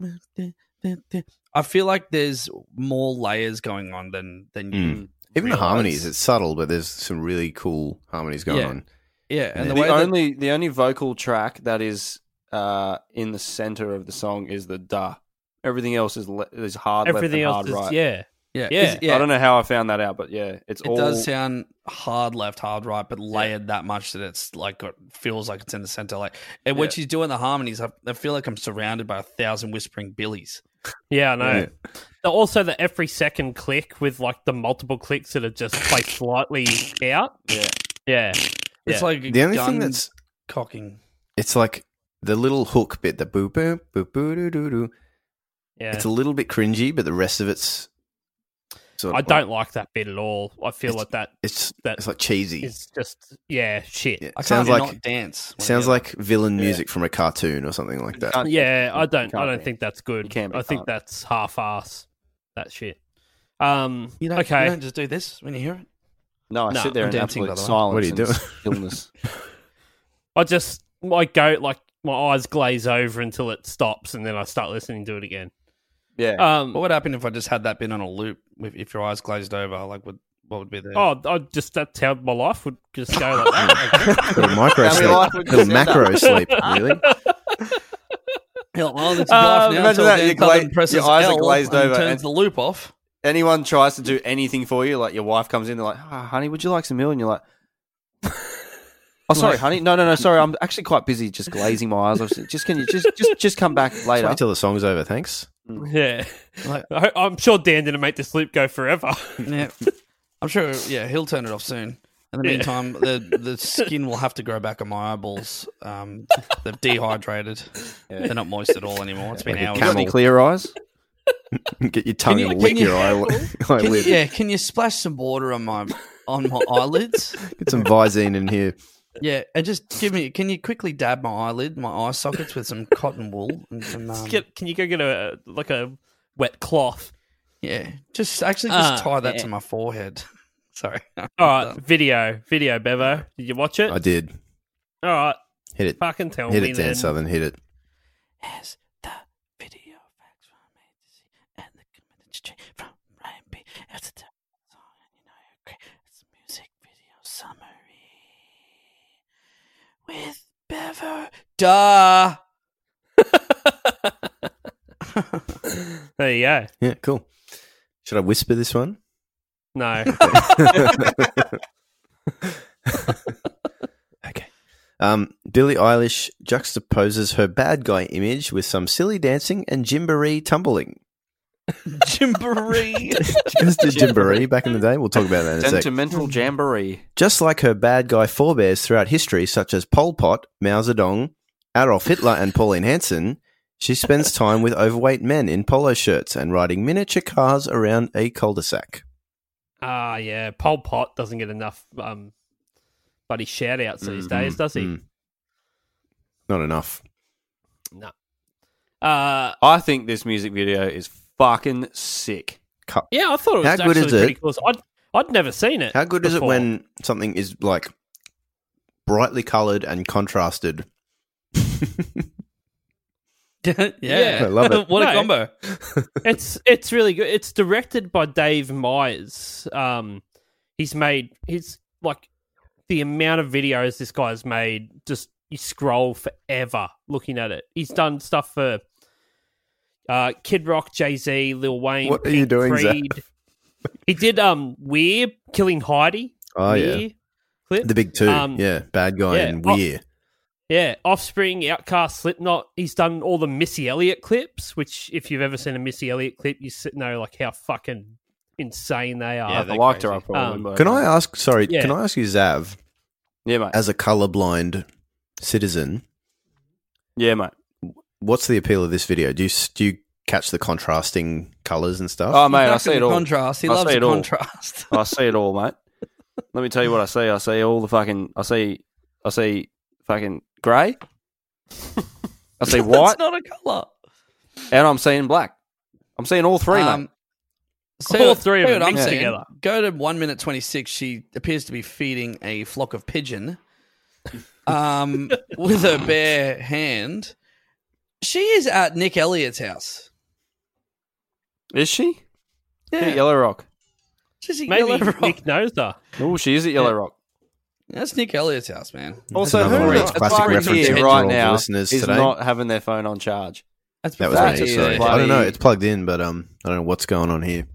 I feel like there's more layers going on than than you.
Mm. Even the harmonies, it's subtle, but there's some really cool harmonies going
Yeah.
on.
Yeah, and
Yeah.
the,
The
way that-
only the only vocal track that is uh in the center of the song is the da. Everything else is le- is hard. left
Everything
and
else
hard
is
right.
yeah.
yeah,
Yeah.
is- yeah.
I don't know how I found that out, but yeah, it's
It
all
does sound hard left, hard right, but layered that much that it's like got, feels like it's in the center. Like and when
Yeah.
she's doing the harmonies, I, I feel like I'm surrounded by a thousand whispering billies.
Yeah, I know. The- Also, the every second click with like the multiple clicks that are just placed slightly out.
Yeah.
Yeah. Yeah.
It's like a
The only
gun
thing that's
cocking.
it's like the little hook bit, the boop boop boop boop doo doo doo.
Yeah.
It's a little bit cringy, but the rest of it's sort
I
of
don't like that bit at all. I feel
It's-
like that
It's
that
it's like cheesy.
is just yeah, shit.
Yeah,
I
sounds
can't
like
not dance. when I
sounds
hear
like villain music from a cartoon or something like that.
Can't-
Yeah, I don't. I
can't
don't
be.
think that's
You
good.
can't be
I think
can't.
that's half-ass. That shit. Um.
that. You don't,
okay.
You don't just do this when you hear it.
No, I
Nah,
sit there
I'm
in
dancing,
absolute
by the way.
silence.
What are you
and
doing?
Stillness.
I just I go like my eyes glaze over until it stops, and then I start listening to it again.
Yeah,
Um.
What would happen if I just had that bit on a loop? If, if your eyes glazed over, like what what would be the
Oh, I just that's how my life would just go like that.
Little micro
How many
sleep,
life would you
little
set
macro sleep, really.
Hell, I'll let you
Um,
laugh now
imagine
until
that,
Dan
your gla-
Cullen
your
presses
eyes are
L
glazed
and
over
turns
and-
the loop off.
anyone tries to do anything for you, like your wife comes in, they're like, oh, "Honey, would you like some milk?" And you're like, "Oh, sorry, honey. No, no, no. Sorry, I'm actually quite busy, just glazing my eyes. I've seen- Just can you just just just come back later?"
Wait till the song's over, thanks.
yeah. I, I'm sure Dan didn't make this loop go forever.
Yeah, I'm sure. Yeah, he'll turn it off soon. In the meantime, the the skin will have to grow back on my eyeballs. Um, they've dehydrated; they're not moist at all anymore. It's been
Like a
hours.
You got any
camel.
clear eyes?
Get your tongue
you-
and
can
lick
you-
your eyelid.
Can you,
eyelid.
yeah, can you splash some water on my on my eyelids?
Get some Visine in here.
Yeah, and just give me. Can you quickly dab my eyelid, my eye sockets, with some cotton wool and some? Um,
Get, can you go get a like a wet cloth?
yeah, just actually just
Ah,
tie that
yeah.
to my forehead. Sorry.
All right, video, video, Bevo. Did you watch it?
I did.
All right,
Hit it.
fucking tell
Hit
me
it,
then.
Dan Southern. Hit it.
As the video facts were made to see and the comments change from Ryan B. It's a terrible song and you know you're great. It's a music video summary with Bevo.
Duh.
There you go.
Yeah, cool. Should I whisper this one?
No,
Okay. Um, Billie Eilish juxtaposes her bad guy image with some silly dancing and gymboree tumbling.
Jimboree.
She goes to gymboree back in the day. We'll talk about that in a sec.
Sentimental jamboree.
Just like her bad guy forebears throughout history, such as Pol Pot, Mao Zedong, Adolf Hitler, and Pauline Hanson, she spends time with overweight men in polo shirts and riding miniature cars around a cul-de-sac.
ah, yeah. Pol Pot doesn't get enough um, buddy shout outs these days, does he?
Mm. Not enough.
Uh,
I think this music video is fucking sick.
Cut.
yeah, I thought it was
How good
actually
is
pretty
it?
cool. I I'd never seen it.
How good is it
before.
when something is like brightly coloured and contrasted?
yeah.
I love it.
What
No.
a combo.
it's it's really good. It's directed by Dave Myers. Um, he's made he's like the amount of videos this guy's made. Just you scroll forever looking at it. He's done stuff for uh, Kid Rock, Jay Z, Lil Wayne.
What are you
Pink
doing, Zach?
Creed. He did um Weir killing Heidi.
Oh, yeah.
Weir clip.
The big two.
Um,
yeah. Bad guy
yeah.
and
Oh.
Weir.
Yeah, Offspring, Outcast, Slipknot. He's done all the Missy Elliott clips, which if you've ever seen a Missy Elliott clip, you s- know like how fucking insane they are.
I liked her. I probably.
Um,
but-
Can I ask, sorry,
Yeah.
can I ask you, Zav,
Yeah, mate.
as a colourblind citizen,
Yeah, mate.
what's the appeal of this video? Do you, s- do you catch the contrasting colours and stuff?
Oh, mate, I
Back to
see it
the
all.
Contrast. He
I
loves
see
the
it all.
contrast.
I see it all, mate. Let me tell you what I see. I see all the fucking. I see. I see fucking grey. I see white,
That's not a color.
and I'm seeing black. I'm seeing all three,
Um,
mate.
so
All three of
so what
them
I'm
mixed
saying,
together.
Go to one minute twenty six. She appears to be feeding a flock of pigeon, um, with her bare hand. She is at Nick Elliott's house.
Is she? Yeah.
Yeah.
Yellow Rock.
She's at
Maybe
Yellow Rock.
Nick knows her.
Oh, she is at Yellow Rock.
That's Nick Elliott's house, man.
Also,
another
who
one of
the
those classic
fuck
references
here
for all
right
the
now
listeners
is
today?
not having their phone on charge?
That's
That was
That
me.
is
Sorry. I
bloody-
don't know. It's plugged in, but um, I don't know what's going on here.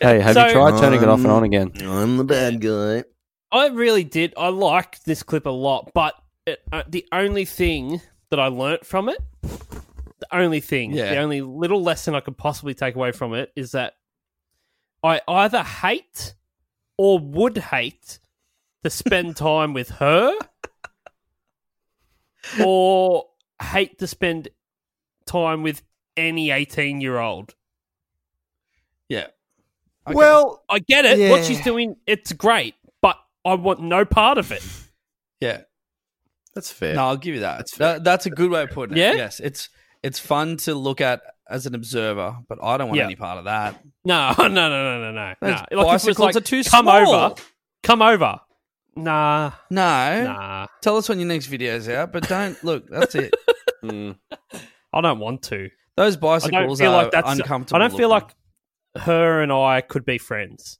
Hey, have
So-
you tried turning it off and
Um,
on again?
I'm the bad guy.
I really did. I liked this clip a lot, but it, uh, the only thing that I learnt from it, the only thing,
Yeah.
the only little lesson I could possibly take away from it is that I either hate or would hate to spend time with her or hate to spend time with any 18 year old.
yeah.
Well,
I get it.
Yeah.
What she's doing, it's great, but I want no part of it.
yeah.
That's fair.
No, I'll give you that. That- that's a good way of putting it.
Yeah?
Yes, it's it's fun to look at as an observer, but I don't want
Yeah.
any part of that.
No, no, no, no, no, no. no.
Those
Like, if it was
bicycles
like,
are too
come
small."
over. Come over. Nah,
No,
nah.
tell us when your next video's out, but don't look. That's it.
I don't want to.
Those
I don't
bicycles
feel
are
like that's
uncomfortable.
I don't feel
looking.
like her and I could be friends.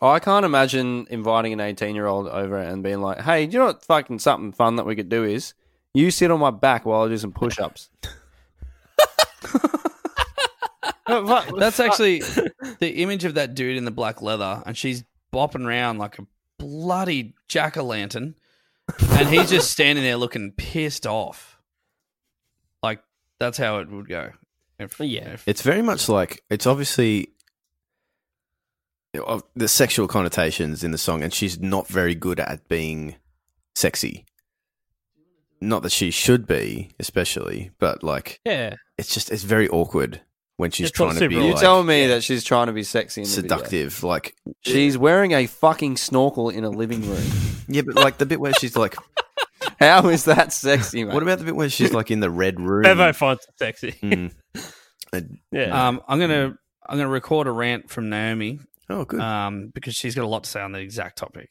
I can't imagine inviting an 18 year old over and being like, hey, do you know what fucking something fun that we could do is? You sit on my back while I do some push ups.
that's actually the image of that dude in the black leather, and she's bopping around like a bloody jack o' lantern, and he's just standing there looking pissed off. Like that's how it would go. If-
Yeah.
if-
It's very much like it's obviously of the sexual connotations in the song, and she's not very good at being sexy. Not that she should be, especially, but like
Yeah.
it's just it's very awkward when she's
It's not
trying to be
super
You
like,
tell me that she's trying to be sexy and
seductive. Like
She's wearing a fucking snorkel in a living room.
yeah, but like the bit where she's like,
How is that sexy, mate?
what about the bit where she's like in the red room?
Bevo finds it sexy.
Mm. And-
Yeah.
Um, I'm gonna I'm gonna record a rant from Naomi
oh, good.
um, because she's got a lot to say on the exact topic.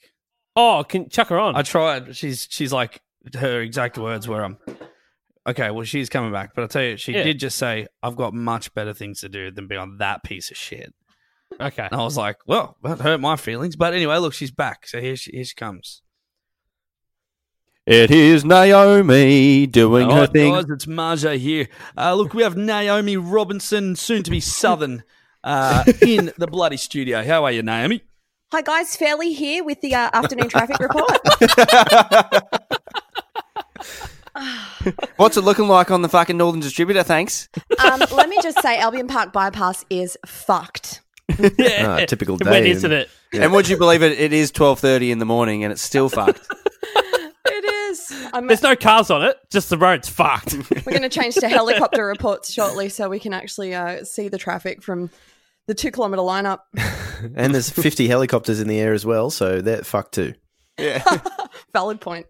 oh, can chuck her on.
I tried. She's she's like her exact words were um. Okay, well she's coming back, but I tell you, she
Yeah.
did just say, "I've got much better things to do than be on that piece of shit."
okay.
And I was like, "Well, that hurt my feelings." But anyway, look, she's back, so here she here she comes.
It is Naomi doing
All
her
right,
thing.
Oh, guys, it's Marja here. Uh, look, we have Naomi Robinson, soon to be Southern, uh, in the bloody studio. How are you, Naomi?
Hi guys, Fairly here with the uh, afternoon traffic report.
What's it looking like on the fucking Northern Distributor? Thanks.
Um, let me just say, Albion Park bypass is fucked.
yeah.
Ah, typical
When
day
isn't
in-
it?
And would you believe it? It is 12:30 in the morning, and it's still fucked.
It is. I'm,
There's no cars on it. Just the road's fucked.
we're going to change to helicopter reports shortly, so we can actually uh, see the traffic from the two kilometre lineup.
And there's 50 helicopters in the air as well, so they're fucked too.
Valid point.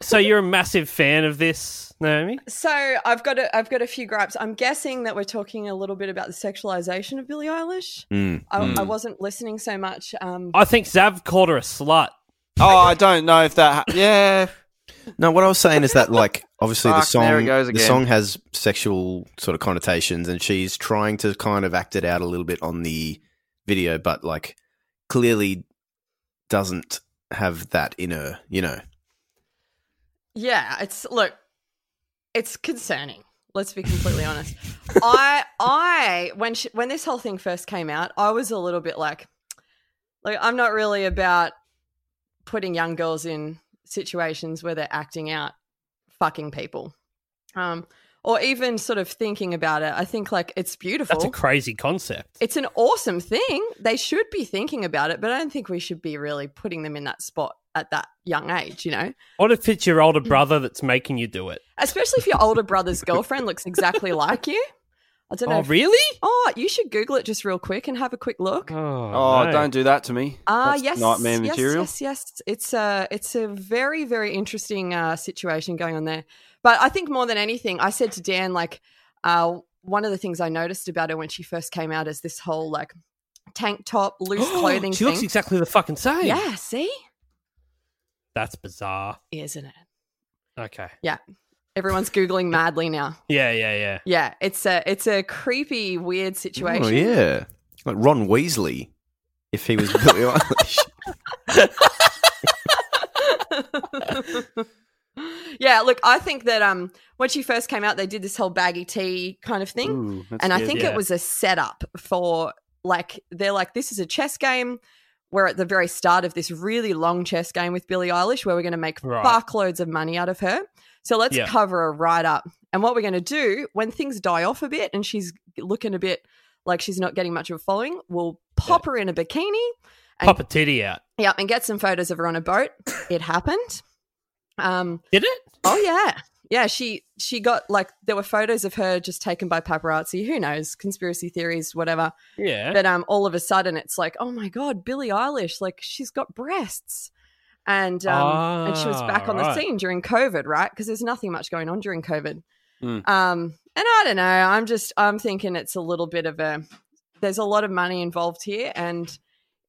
so you're a massive fan of this, Naomi?
So I've got a, I've got a few gripes. I'm guessing that we're talking a little bit about the sexualization of Billie Eilish.
Mm.
I,
Mm.
I wasn't listening so much. Um,
I think Zav called her a slut.
Oh, I don't know if that. Ha- yeah.
No, what I was saying is that, like, obviously the
Fuck,
song,
there it goes
the
again.
song has sexual sort of connotations, and she's trying to kind of act it out a little bit on the video, but like clearly doesn't have that in her, you know.
Yeah, it's look, it's concerning. Let's be completely honest. I I when she, when this whole thing first came out, I was a little bit like, like I'm not really about putting young girls in situations where they're acting out fucking people, um, or even sort of thinking about it. I think like it's beautiful.
That's a crazy concept.
it's an awesome thing. They should be thinking about it, but I don't think we should be really putting them in that spot at that young age. You know.
What if it's your older brother that's making you do it?
Especially if your older brother's girlfriend looks exactly like you. I don't know.
Oh,
if-
really?
Oh, you should Google it just real quick and have a quick
Uh,
look.
Oh,
no.
don't do that to me.
Ah,
That's
yes,
Nightmare
yes,
material.
Yes, yes, It's a it's a very very interesting uh, situation going on there. But I think more than anything, I said to Dan like uh, one of the things I noticed about her when she first came out is this whole like tank top, loose clothing.
she looks
thing.
exactly the fucking same.
Yeah. See,
That's bizarre.
isn't it?
Okay.
Yeah. Everyone's googling madly now.
Yeah, yeah, yeah.
Yeah, it's a it's a creepy, weird situation.
Oh, yeah. Like Ron Weasley, if he was Billie Eilish.
yeah, look, I think that um when she first came out, they did this whole baggy tea kind of thing.
Ooh, that's
and I
good.
think
Yeah.
it was a setup for like they're like, this is a chess game. We're at the very start of this really long chess game with Billie Eilish where we're gonna make
Right.
fuckloads of money out of her. So let's
Yeah.
cover her right up. And what we're gonna do when things die off a bit and she's looking a bit like she's not getting much of a following, we'll pop her in a bikini and
Pop a titty out.
yeah, and get some photos of her on a boat. It happened. Um,
Did it?
Oh yeah, yeah. She she got like there were photos of her just taken by paparazzi. Who knows? Conspiracy theories, whatever.
Yeah.
But um, all of a sudden it's like, oh my god, Billie Eilish, like she's got breasts, and um, and she was
Ah,
back on the
right.
scene during COVID, right? Because there's nothing much going on during COVID.
Mm.
Um, and I don't know. I'm just I'm thinking it's a little bit of a there's a lot of money involved here, and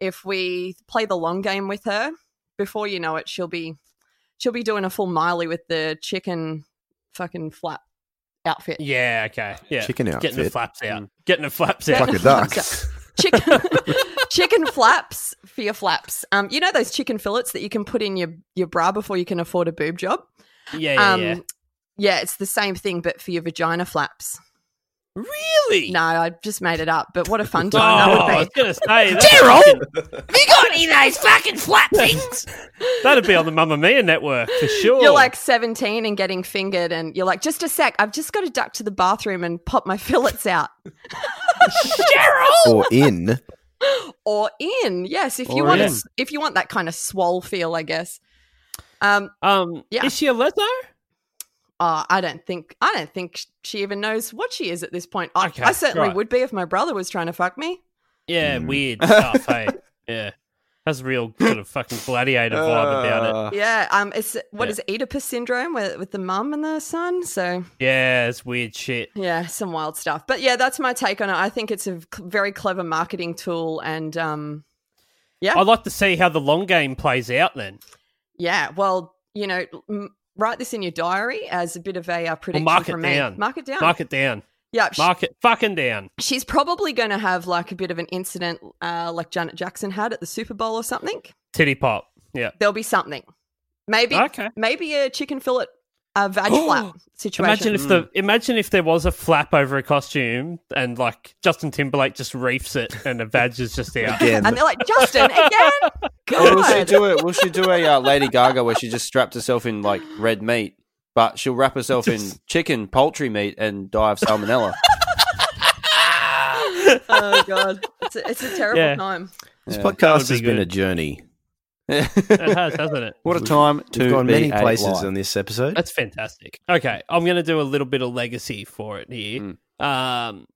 if we play the long game with her, before you know it, she'll be she'll be doing a full Miley with the chicken fucking flap outfit.
Yeah, okay. Yeah.
Chicken
Getting the
outfit.
flaps out. Getting the flaps
Getting
out.
the Like a duck. flaps Chicken chicken flaps for your flaps. Um, you know those chicken fillets that you can put in your your bra before you can afford a boob job.
Yeah, yeah,
um,
yeah.
yeah, it's the same thing, but for your vagina flaps.
Really?
No, I just made it up. But what a fun
Oh,
time that
I was
would be!
gonna say that's
Gerald!
fucking-
You got any of those fucking flap things?
That'd be on the Mamma Mia network for sure.
You're like 17 and getting fingered, and you're like, just a sec, I've just got to duck to the bathroom and pop my fillets out.
or in.
or in. Yes, if you
Or
want a,
in.
if you want that kind of swole feel, I guess. Um,
um,
yeah.
Is she a lesbo?
Uh, I don't think I don't think sh- she even knows what she is at this point. I,
Okay,
I certainly
right.
would be if my brother was trying to fuck me.
Yeah, weird stuff, hey. Yeah. Has a real sort of fucking gladiator vibe
Uh.
about it.
yeah, um, it's what
Yeah.
is Oedipus syndrome with, with the mum and the son. So
Yeah, it's weird shit.
yeah, some wild stuff. But yeah, that's my take on it. I think it's a cl- very clever marketing tool, and um, yeah,
I'd like to see how the long game plays out then.
yeah. Well, you know, m- write this in your diary as a bit of a uh,
Well,
prediction
mark it
from me.
down.
Mark it down.
Mark it down.
Yeah, sh-
Mark it fucking down.
She's probably going to have like a bit of an incident, uh, like Janet Jackson had at the Super Bowl or something.
Titty pop. Yeah.
There'll be something. Maybe, maybe a chicken fillet, a vag flap situation.
Imagine if the imagine if there was a flap over a costume and like Justin Timberlake just reefs it and the badge is just out.
Again.
and they're like Justin again.
Or will she oh, do it? Will she do a uh, Lady Gaga where she just strapped herself in like red meat, but she'll wrap herself in chicken, poultry meat, and die of salmonella?
oh god, it's a, it's a terrible
Yeah.
time.
This
Yeah. That would
podcast
be
has been
good.
a journey.
it
has, hasn't it?
What a time to
We've gone
be
many
a
places
lion.
on this episode.
That's fantastic. Okay, I'm going to do a little bit of legacy for it here.
Hmm.
Um,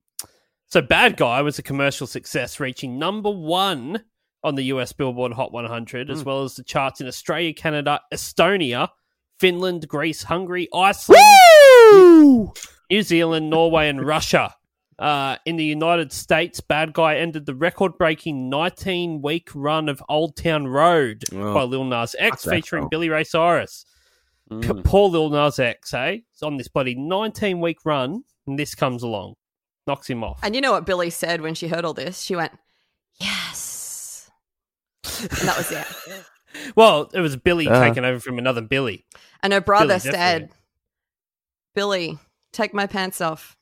so, Bad Guy was a commercial success, reaching number one on the US Billboard Hot 100, as
Mm.
Hmm.
well as the charts in Australia, Canada, Estonia, Finland, Greece, Hungary, Iceland, New- New Zealand, Norway, and Russia. Uh, in the United States, Bad Guy ended the record breaking 19 week run of Old Town Road
Oh,
by Lil Nas
fuck
X
that
featuring
song.
Billy Ray Cyrus. P- Poor Lil Nas X, eh? It's on this bloody 19 week run, and this comes along, knocks him off.
And you know what Billy said when she heard all this? She went, "Yes," and that was it.
Well, it was Billy
Uh.
taking over from another Billy.
And her brother
Billy,
said,
definitely.
"Billy, take my pants off."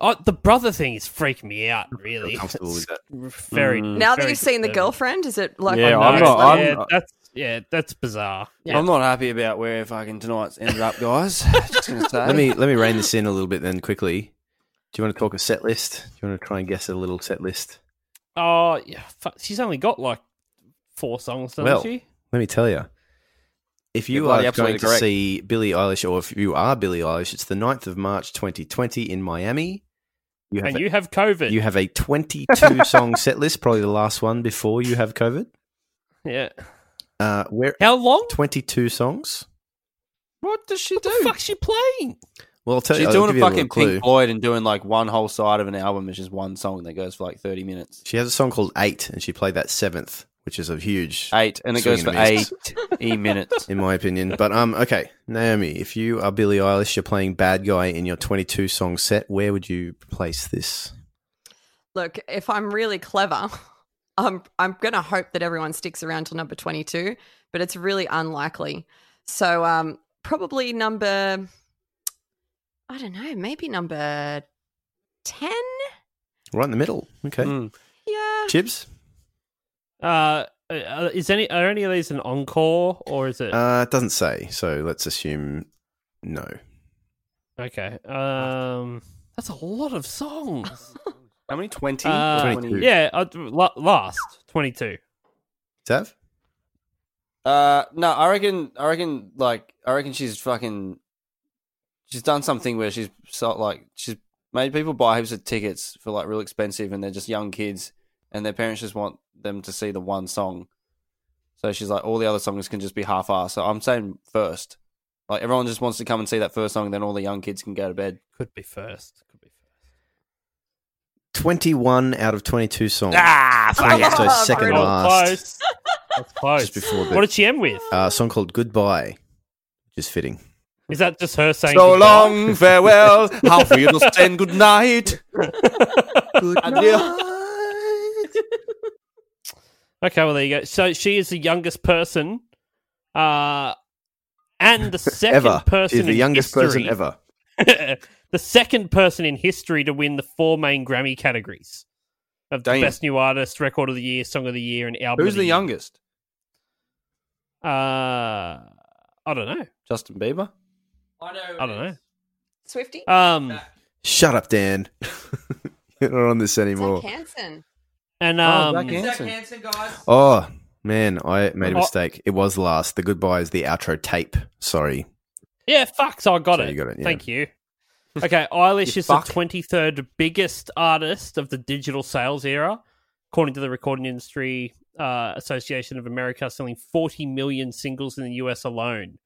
Oh, the brother thing is freaking me out, really.
comfortable with
that. Very.
now that Mm.
very
you've seen the
disturbing.
girlfriend, is it like?
Mm. Yeah,
on
I'm
the
not-
next
I'm-
level?
that's yeah, that's bizarre.
Yeah.
I'm not happy about where fucking tonight's ended up, guys. Just gonna say.
Let me let me rein this in a little bit then quickly. Do you want to talk a set list? Do you want to try and guess a little set list?
Oh, yeah. Fuck, she's only got like four songs, doesn't
well,
she?
let me tell you. If
You're
you
bloody
are
absolutely
going to
correct.
see Billie Eilish, or if you are Billie Eilish, it's the 9th of March 2020 in Miami. You
and
a-
you have COVID.
you have a 22 song set list, probably the last one before you have COVID.
yeah.
Uh, where
how long?
22 songs.
What does she do? fuck's she playing?
Well, I'll tell
She's
you, I'll
doing
give
a
you a little
fucking
clue.
Pink Floyd and doing like one whole side of an album, which is one song that goes for like 30 minutes.
She has a song called Eight, and she played that seventh, which is a huge
Eight, and it
swing
goes for
and miss,
eight e minutes,
in my opinion. But um, okay, Naomi, if you are Billie Eilish, you're playing bad guy in your 22 song set. Where would you place this?
Look, if I'm really clever, I'm I'm gonna hope that everyone sticks around till number 22, but it's really unlikely. So um, probably number, I don't know, maybe number 10.
Right in the middle.
Hmm.
Okay.
Yeah.
Chips.
Uh, uh, is any are any of these an encore or is it
Uh, it doesn't say, so let's assume no.
okay? Um, that's a lot of songs.
How many? 20?
Uh,
22.
Yeah, uh, la- last twenty two.
Tav?
Uh, no, I reckon, I reckon, like, I reckon she's fucking, she's done something where she's so, like, she's made people buy heaps of tickets for like real expensive, and they're just young kids, and their parents just want them to see the one song. So she's like, all the other songs can just be half assed. So I'm saying first, like, everyone just wants to come and see that first song, then all the young kids can go to bed.
Could be first.
21 out of 22 songs.
Ah, fuck it.
So second
Brutal.
last.
Close. That's close.
Just before the-
What did she end with?
Uh, a song called Goodbye, which is fitting.
Is that just her saying
So
goodbye?
long, farewell, auf Wiedersehen, good night.
Okay, well there you go. So she is the youngest person, uh, and the second
Ever.
person
She's the
in
youngest person
history-
ever.
the second person in history to win the four main Grammy categories of
Damn.
best new artist, record of the year, song of the year, and album.
Who's
of
the
year.
youngest?
Uh, I don't know.
Justin Bieber.
I don't know.
Swifty?
Um,
Shut up, Dan. You're not on this anymore.
Hanson.
and
Oh,
um,
Zach Hanson. Zach
guys.
Oh, man, I made a
Oh.
mistake. It was last. The Goodbye is the outro tape. Sorry.
Yeah, fuck. So I got
So
it.
you got it, yeah.
Thank you. Okay, Eilish
You
is the
fuck.
23rd biggest artist of the digital sales era, according to the Recording Industry uh, Association of America, selling 40 million singles in the US alone.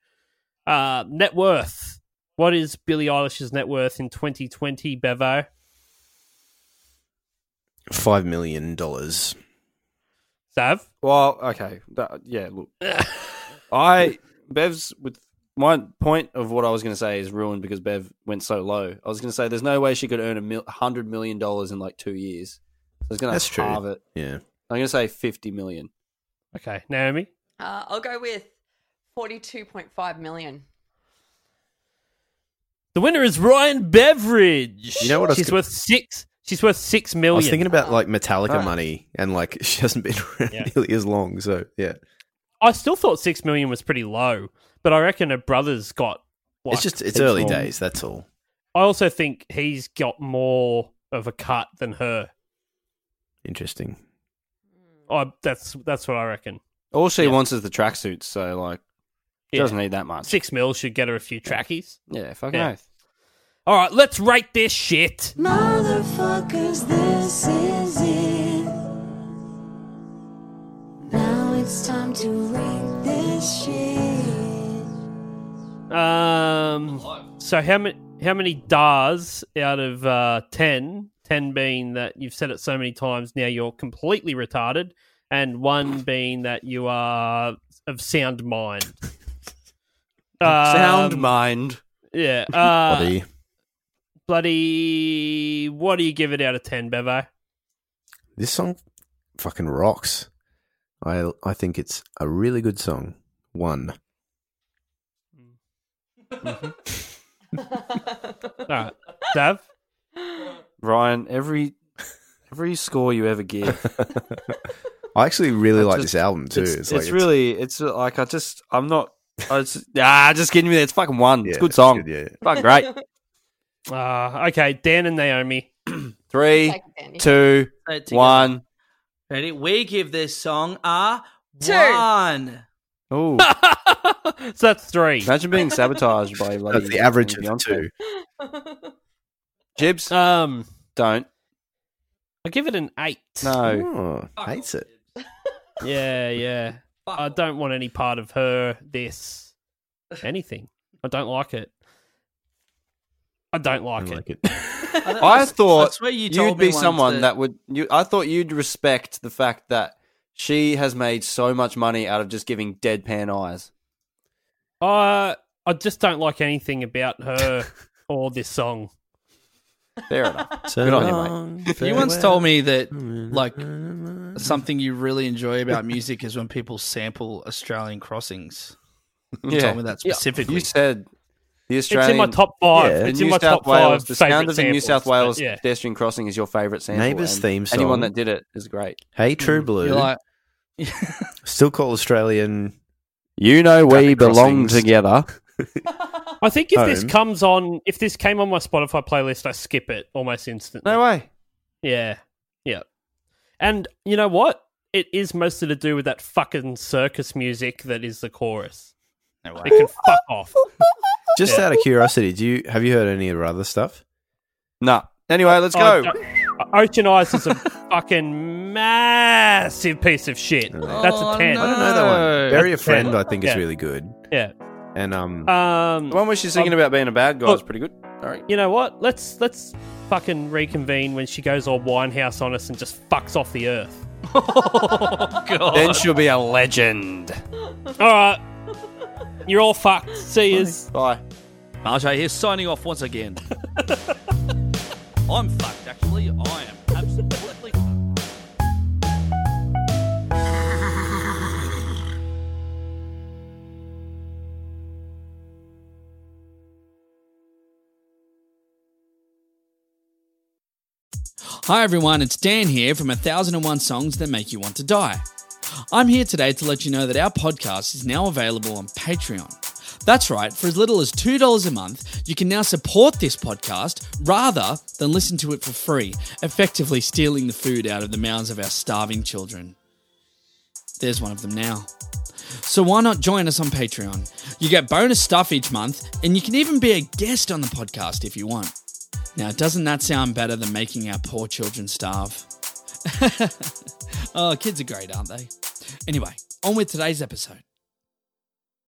Uh, net worth. What is Billie Eilish's net worth in 2020, Bevo?
$5 million. dollars.
Sav?
Well, okay, that- yeah. Look, I Bev's with my point of what I was going to say is ruined because Bev went so low. I was going to say there's no way she could earn a mil- hundred million dollars in like two years. So I was going
That's
to
true.
halve it.
Yeah.
I'm going to say fifty million.
Okay, Naomi?
Uh, I'll go with 42.5 million.
The winner is Ryan Beveridge.
You know what I was
She's
gonna-
worth six. She's worth six million.
I was thinking about like Metallica
Right.
money and like she hasn't been around
Ah. Yeah.
nearly as long. So, yeah.
I still thought six million was pretty low, but I reckon her brother's got. like,
it's just, it's
potential.
early days. That's all.
I also think he's got more of a cut than her.
Interesting.
I, that's that's what I reckon.
All she wants is the tracksuits, so like she doesn't need that much.
Six mil should get her a few trackies.
Yeah, fucking
Yeah.
oath.
All right, let's rate this shit.
Motherfuckers, this is it. Now it's time to rate this shit.
Um, so how many how many dars out of uh, 10, 10 being that you've said it so many times now you're completely retarded, and one being that you are of sound mind.
Sound
Um,
mind.
Yeah. Uh, bloody. What do you give it out of ten, Bevo?
This song fucking rocks. I I think it's a really good song. One.
All right, Dav.
Ryan, every every score you ever give,
I actually really
I
like
just-
this album too.
It's, it's
like
really, it's like I just, I'm not. I just, ah, just kidding me. It's fucking one. it's a good song.
yeah.
fucking great.
Uh, okay, Dan and Naomi.
Three,
Danny.
two,
Say it together.
one.
Ready? We give this song a
Two.
one.
Oh,
so that's three.
Imagine being sabotaged by bloody
the average of
Beyonce.
two.
Jibs,
um,
don't.
I give it an eight.
No,
Oh, hates it.
Yeah, yeah. I don't want any part of her, this, anything. I don't like it. I don't like, it.
I thought
That's where you
you
told
would be
me once
someone
that-
that, would. You, I thought you'd respect the fact that she has made so much money out of just giving deadpan eyes.
I I just don't like anything about her or this song.
Fair enough.
So
Good on you, mate.
You once told me that
Oh,
like something you really enjoy about music is when people sample Australian crossings. You
Yeah.
told me that
Yeah.
specifically.
You said the
It's
Australian.
in my top five.
Yeah.
the
It's
New
in my
South
top
Wales,
five.
The sound
favourite
of the New
samples,
South
but
Wales
Yeah.
pedestrian crossing is your favourite sample.
Neighbours
and
theme
Anyone
song.
that did it is great.
Hey, True Blue.
You're like,
Still call Australian.
You know
we belong
together.
I think if this
Home.
comes on, if this came on my Spotify playlist, I skip it almost instantly.
No way.
Yeah. Yeah. And you know what? It is mostly to do with that fucking circus music that is the chorus.
no
It
way.
can fuck off.
Just
Yeah.
out of curiosity, do you have you heard any of her other stuff?
No. Anyway, let's
Oh,
go.
don't- Ocean Eyes is a fucking massive piece of shit. That's a
Oh,
10.
I don't know that one. Bury a
That's ten.
friend, I think is
Yeah.
really good.
Yeah.
And um,
Um,
The one where she's singing about being a bad guy
Look.
is pretty good. All right.
you know what? Let's let's fucking reconvene when she goes all winehouse on us and just fucks off the earth.
Then she'll be a legend.
All right. You're all fucked. See yous.
Bye.
RJ here signing off once again. I'm fucked, actually. I am absolutely fucked. Hi everyone, it's Dan here from 1001 Songs That Make You Want to Die. I'm here today to let you know that our podcast is now available on Patreon. That's right, for as little as $2 a month, you can now support this podcast rather than listen to it for free, effectively stealing the food out of the mouths of our starving children. There's one of them now. So why not join us on Patreon? You get bonus stuff each month, and you can even be a guest on the podcast if you want. Now, doesn't that sound better than making our poor children starve? oh, kids are great, aren't they? Anyway, on with today's episode.